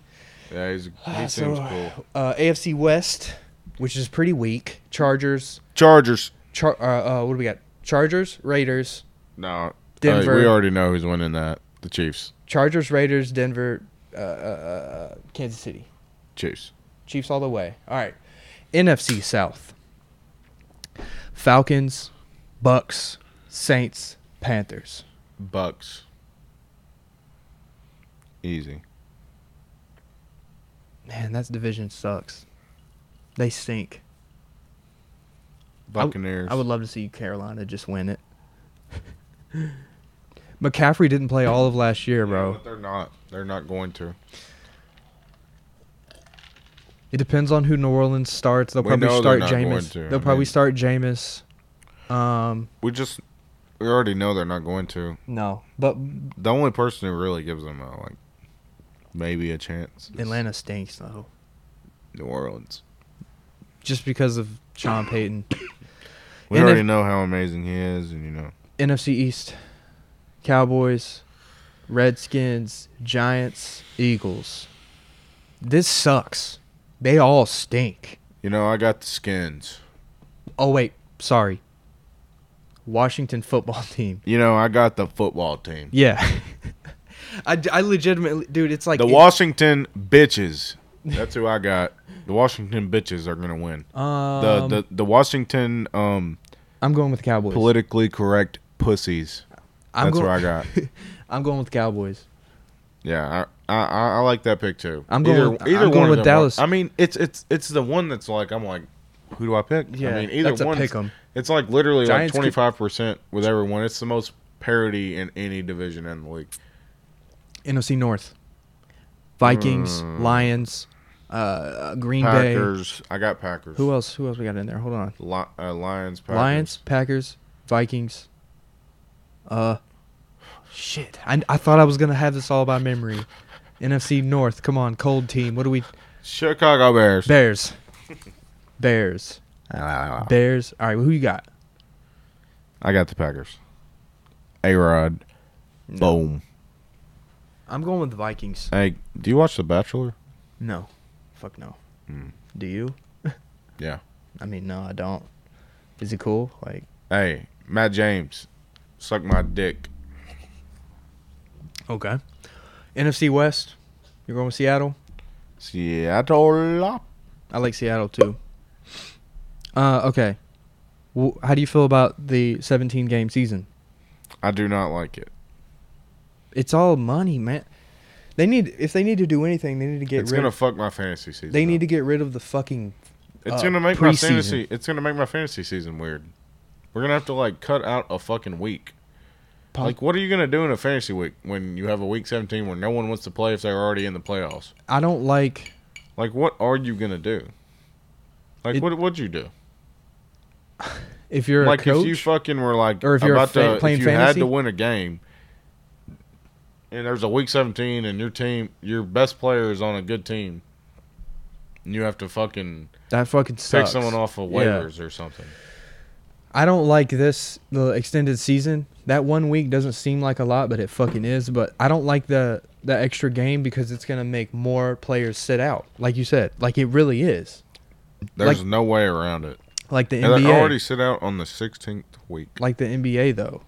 Speaker 2: Yeah, he's, (sighs) he
Speaker 1: Ah, so,
Speaker 2: seems cool.
Speaker 1: uh, AFC West, which is pretty weak. Chargers,
Speaker 2: Chargers.
Speaker 1: char- uh, uh, what do we got? Chargers, Raiders,
Speaker 2: No,
Speaker 1: Denver.
Speaker 2: Uh, we already know who's winning that. The Chiefs.
Speaker 1: Chargers, Raiders, Denver, uh, uh, uh, Kansas City.
Speaker 2: Chiefs.
Speaker 1: Chiefs all the way. All right. NFC South. Falcons, Bucks, Saints, Panthers.
Speaker 2: Bucks. Easy.
Speaker 1: Man, that division sucks. They stink. w-
Speaker 2: Buccaneers.
Speaker 1: I would love to see Carolina just win it. (laughs) McCaffrey didn't play all of last year, bro.
Speaker 2: But they're not. They're not going to.
Speaker 1: It depends on who New Orleans starts. They'll
Speaker 2: We
Speaker 1: probably
Speaker 2: know they're
Speaker 1: start
Speaker 2: not
Speaker 1: Jameis.
Speaker 2: going to.
Speaker 1: They'll
Speaker 2: I
Speaker 1: probably
Speaker 2: mean-
Speaker 1: start Jameis. Um,
Speaker 2: We just. We already know they're not going to.
Speaker 1: no, but
Speaker 2: The only person who really gives them a like, maybe a chance. is
Speaker 1: Atlanta stinks though.
Speaker 2: New Orleans.
Speaker 1: just because of Sean Payton.
Speaker 2: We
Speaker 1: And if-
Speaker 2: already know how amazing he is, and you know.
Speaker 1: NFC East, Cowboys, Redskins, Giants, Eagles. This sucks. They all stink.
Speaker 2: You know, I got the skins.
Speaker 1: Oh wait, sorry. Washington football (laughs) team.
Speaker 2: You know, I got the football team.
Speaker 1: Yeah. (laughs) I, I legitimately, dude, it's like
Speaker 2: the Washington bitches. That's who I got. The Washington bitches are gonna win. The
Speaker 1: Um,
Speaker 2: the, the Washington um
Speaker 1: I'm going with the Cowboys.
Speaker 2: politically correct pussies.
Speaker 1: I'm
Speaker 2: That's
Speaker 1: going,
Speaker 2: where I got.
Speaker 1: (laughs) I'm going with the Cowboys.
Speaker 2: Yeah, I, I I- I like that pick too.
Speaker 1: I'm going
Speaker 2: Either-
Speaker 1: with-
Speaker 2: either
Speaker 1: I'm going
Speaker 2: one of
Speaker 1: with
Speaker 2: them
Speaker 1: Dallas.
Speaker 2: are- I mean, it's it's it's the one that's like I'm like, who do I pick?
Speaker 1: Yeah,
Speaker 2: I mean, either
Speaker 1: that's a
Speaker 2: one.
Speaker 1: pick 'em.
Speaker 2: It's like literally
Speaker 1: Giants
Speaker 2: like
Speaker 1: could-
Speaker 2: 25 percent with everyone. It's the most parity in any division in the league.
Speaker 1: NFC North. Vikings, Lions, uh, Green Bay.
Speaker 2: Hmm. Packers. I got Packers.
Speaker 1: Who else? Who else we got in there? Hold on.
Speaker 2: Li- uh, Lions. Packers.
Speaker 1: Lions, Packers, Vikings. Uh, shit. I, I thought I was gonna have this all by memory. (laughs) NFC North. Come on, cold team. What do we?
Speaker 2: Chicago Bears.
Speaker 1: (laughs) Bears. Bears. Bears. All right. Who you got?
Speaker 2: I got the Packers. A Rod. Boom.
Speaker 1: I'm going with the Vikings.
Speaker 2: Hey, do you watch The Bachelor?
Speaker 1: No. Fuck no.
Speaker 2: Hmm.
Speaker 1: Do you?
Speaker 2: (laughs) Yeah.
Speaker 1: I mean, no, I don't. Is it cool? Like,
Speaker 2: Hey, Matt James. Suck my dick.
Speaker 1: okay. NFC West. You're going with Seattle.
Speaker 2: Seattle.
Speaker 1: I like Seattle too. Uh, okay. Wh- how do you feel about the 17 game season?
Speaker 2: I do not like it.
Speaker 1: It's all money, man. They need if they need to do anything, they need to get
Speaker 2: it's
Speaker 1: rid.
Speaker 2: gonna fuck my fantasy season.
Speaker 1: they need
Speaker 2: up.
Speaker 1: to get rid of the fucking.
Speaker 2: It's
Speaker 1: uh,
Speaker 2: gonna make my
Speaker 1: preseason.
Speaker 2: fantasy. It's gonna make my fantasy season weird. We're gonna have to like cut out a fucking week.
Speaker 1: Pos-
Speaker 2: Like, what are you gonna do in a fantasy week when you have a week 17 where no one wants to play if they're already in the playoffs?
Speaker 1: I don't like.
Speaker 2: Like, what are you gonna do? Like,
Speaker 1: It-
Speaker 2: what would you do?
Speaker 1: If you're
Speaker 2: like,
Speaker 1: a coach,
Speaker 2: if you fucking were like,
Speaker 1: Or if you're a
Speaker 2: about
Speaker 1: fa-
Speaker 2: to,
Speaker 1: playing
Speaker 2: if you
Speaker 1: fantasy?
Speaker 2: had to win a game, and there's a week 17, and your team, your best player is on a good team, and you have to fucking
Speaker 1: that fucking
Speaker 2: take
Speaker 1: sucks.
Speaker 2: someone off of
Speaker 1: Yeah.
Speaker 2: waivers or something.
Speaker 1: I don't like this the extended season That one week doesn't seem like a lot, but it fucking is. But I don't like the the extra game because it's gonna make more players sit out. Like you said, like it really is.
Speaker 2: There's
Speaker 1: Like-
Speaker 2: no way around it.
Speaker 1: Like the
Speaker 2: And
Speaker 1: NBA.
Speaker 2: they already sit out on the 16th week.
Speaker 1: like the NBA though.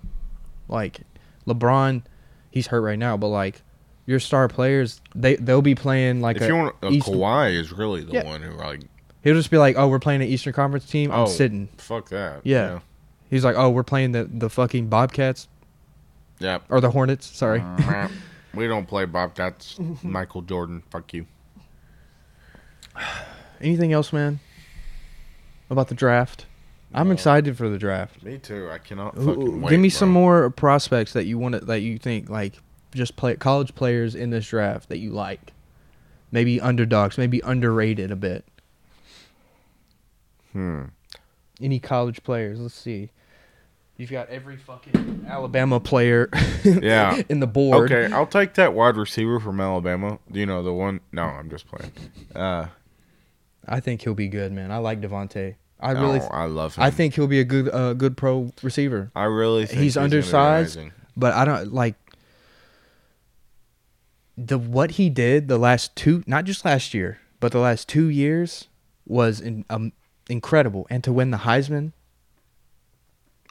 Speaker 1: Like LeBron, he's hurt right now, but like your star players, they they'll be playing like
Speaker 2: if
Speaker 1: a,
Speaker 2: you want, uh,
Speaker 1: East-
Speaker 2: Kawhi is really the
Speaker 1: Yeah.
Speaker 2: one who like,
Speaker 1: he'll just be like, "Oh, we're playing an Eastern Conference team. I'm
Speaker 2: Oh.
Speaker 1: sitting."
Speaker 2: fuck that.
Speaker 1: Yeah. He's like, "Oh, we're playing the the fucking Bobcats
Speaker 2: Yeah.
Speaker 1: or the Hornets." Sorry.
Speaker 2: Yeah. we don't play
Speaker 1: (laughs)
Speaker 2: Bob. That's Michael Jordan. Fuck you.
Speaker 1: Anything else, man? About the draft? I'm
Speaker 2: No.
Speaker 1: excited for the draft.
Speaker 2: Me too. I cannot.
Speaker 1: Who-
Speaker 2: fucking wait,
Speaker 1: give me
Speaker 2: bro.
Speaker 1: some more prospects that you want to, that you think like just play college players in this draft that you like. Maybe underdogs, maybe underrated a bit.
Speaker 2: Hmm.
Speaker 1: Any college players? Let's see. You've got every fucking Alabama player (laughs)
Speaker 2: Yeah.
Speaker 1: in the board.
Speaker 2: Okay, I'll take that wide receiver from Alabama. You know the one. No, I'm just playing. Uh,
Speaker 1: I think he'll be good, man. I like Devontae. I
Speaker 2: I
Speaker 1: really
Speaker 2: oh, I love him.
Speaker 1: I think he'll be a good uh, good pro receiver.
Speaker 2: I really think
Speaker 1: he's
Speaker 2: gonna be
Speaker 1: undersized.
Speaker 2: amazing.
Speaker 1: But I don't like the what he did the last two, not just last year, but the last two years was in, um, incredible. And to win the Heisman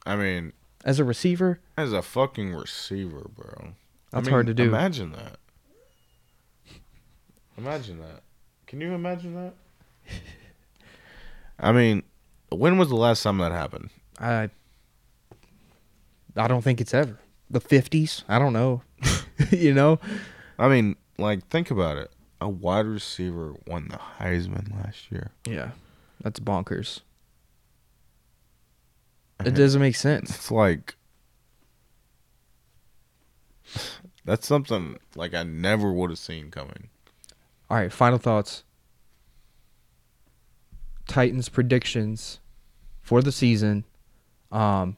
Speaker 2: I mean,
Speaker 1: as a receiver,
Speaker 2: as a fucking receiver, bro. I
Speaker 1: that's
Speaker 2: mean,
Speaker 1: hard to do.
Speaker 2: Imagine that. Imagine that. Can you
Speaker 1: (laughs)
Speaker 2: imagine that? I mean, when was the last time that happened?
Speaker 1: I I don't think it's ever the fifties. I don't know. (laughs) you know,
Speaker 2: I mean, like think about it. A wide receiver won the Heisman last year.
Speaker 1: yeah, that's bonkers. It doesn't make sense.
Speaker 2: It's like (laughs) that's something like I never would have seen coming.
Speaker 1: All right, final thoughts. Titans predictions for the season. Um,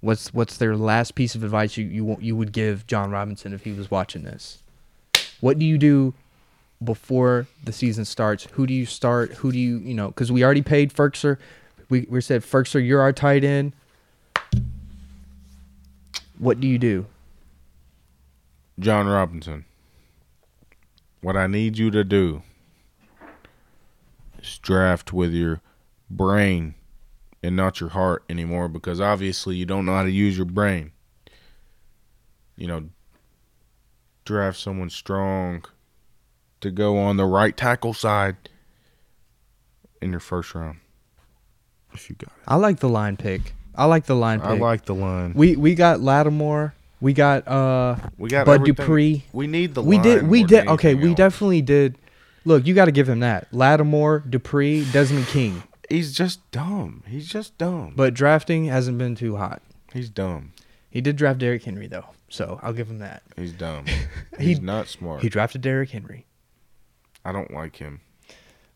Speaker 1: what's what's their last piece of advice you you want, you would give John Robinson if he was watching this? What do you do before the season starts? Who do you start? Who do you you know? Because we already paid Ferkser. We we said Ferkser, you're our tight end. What do you do?
Speaker 2: John Robinson, what I need you to do is draft with your brain and not your heart anymore because obviously you don't know how to use your brain. You know, draft someone strong to go on the right tackle side in your first round. If you got it.
Speaker 1: I like the line pick. I like the line pick.
Speaker 2: I like the line.
Speaker 1: We we got Lattimore. We got uh
Speaker 2: We got
Speaker 1: Bud
Speaker 2: everything.
Speaker 1: Dupree.
Speaker 2: We need the
Speaker 1: we
Speaker 2: line
Speaker 1: did we
Speaker 2: more than
Speaker 1: did okay,
Speaker 2: anything
Speaker 1: we
Speaker 2: else.
Speaker 1: definitely did look, you gotta give him that. Lattimore, Dupree, Desmond King.
Speaker 2: He's just dumb. He's just dumb.
Speaker 1: But drafting hasn't been too hot.
Speaker 2: He's dumb.
Speaker 1: He did draft Derrick Henry though, so I'll give him that. (laughs)
Speaker 2: He's dumb.
Speaker 1: He-
Speaker 2: He's not smart.
Speaker 1: He drafted Derrick Henry.
Speaker 2: I don't like him.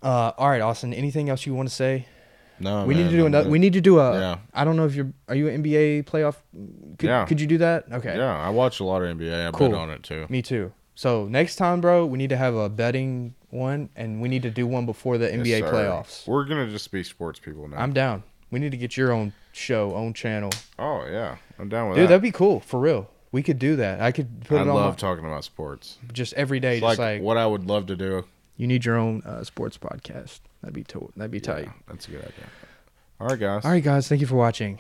Speaker 1: Uh, all right, Austin. Anything else you want to say?
Speaker 2: No,
Speaker 1: we need
Speaker 2: Oh, man,
Speaker 1: to do
Speaker 2: I'm
Speaker 1: another.
Speaker 2: good.
Speaker 1: We need to do a.
Speaker 2: Yeah.
Speaker 1: I don't know if you're. Are you an NBA playoff? Could,
Speaker 2: Yeah.
Speaker 1: Could you do that? Okay.
Speaker 2: Yeah, I watch a lot of NBA. I
Speaker 1: Cool.
Speaker 2: bet on it too.
Speaker 1: Me too. So next time, bro, we need to have a betting one, and we need to do one before the NBA
Speaker 2: Yes, sir.
Speaker 1: playoffs.
Speaker 2: We're gonna just be sports people now.
Speaker 1: I'm down. We need to get your own show, own channel,
Speaker 2: oh yeah, I'm down with
Speaker 1: dude.
Speaker 2: that.
Speaker 1: That'd be cool for real. We could do that. I could put
Speaker 2: I
Speaker 1: it on
Speaker 2: love
Speaker 1: my-
Speaker 2: talking about sports.
Speaker 1: just every day.
Speaker 2: It's
Speaker 1: Just
Speaker 2: like,
Speaker 1: like,
Speaker 2: what I would love to do.
Speaker 1: you need your own uh, sports podcast. That'd be to- that'd be tight.
Speaker 2: Yeah, that's a good idea. All right, guys.
Speaker 1: All right, guys. Thank you for watching.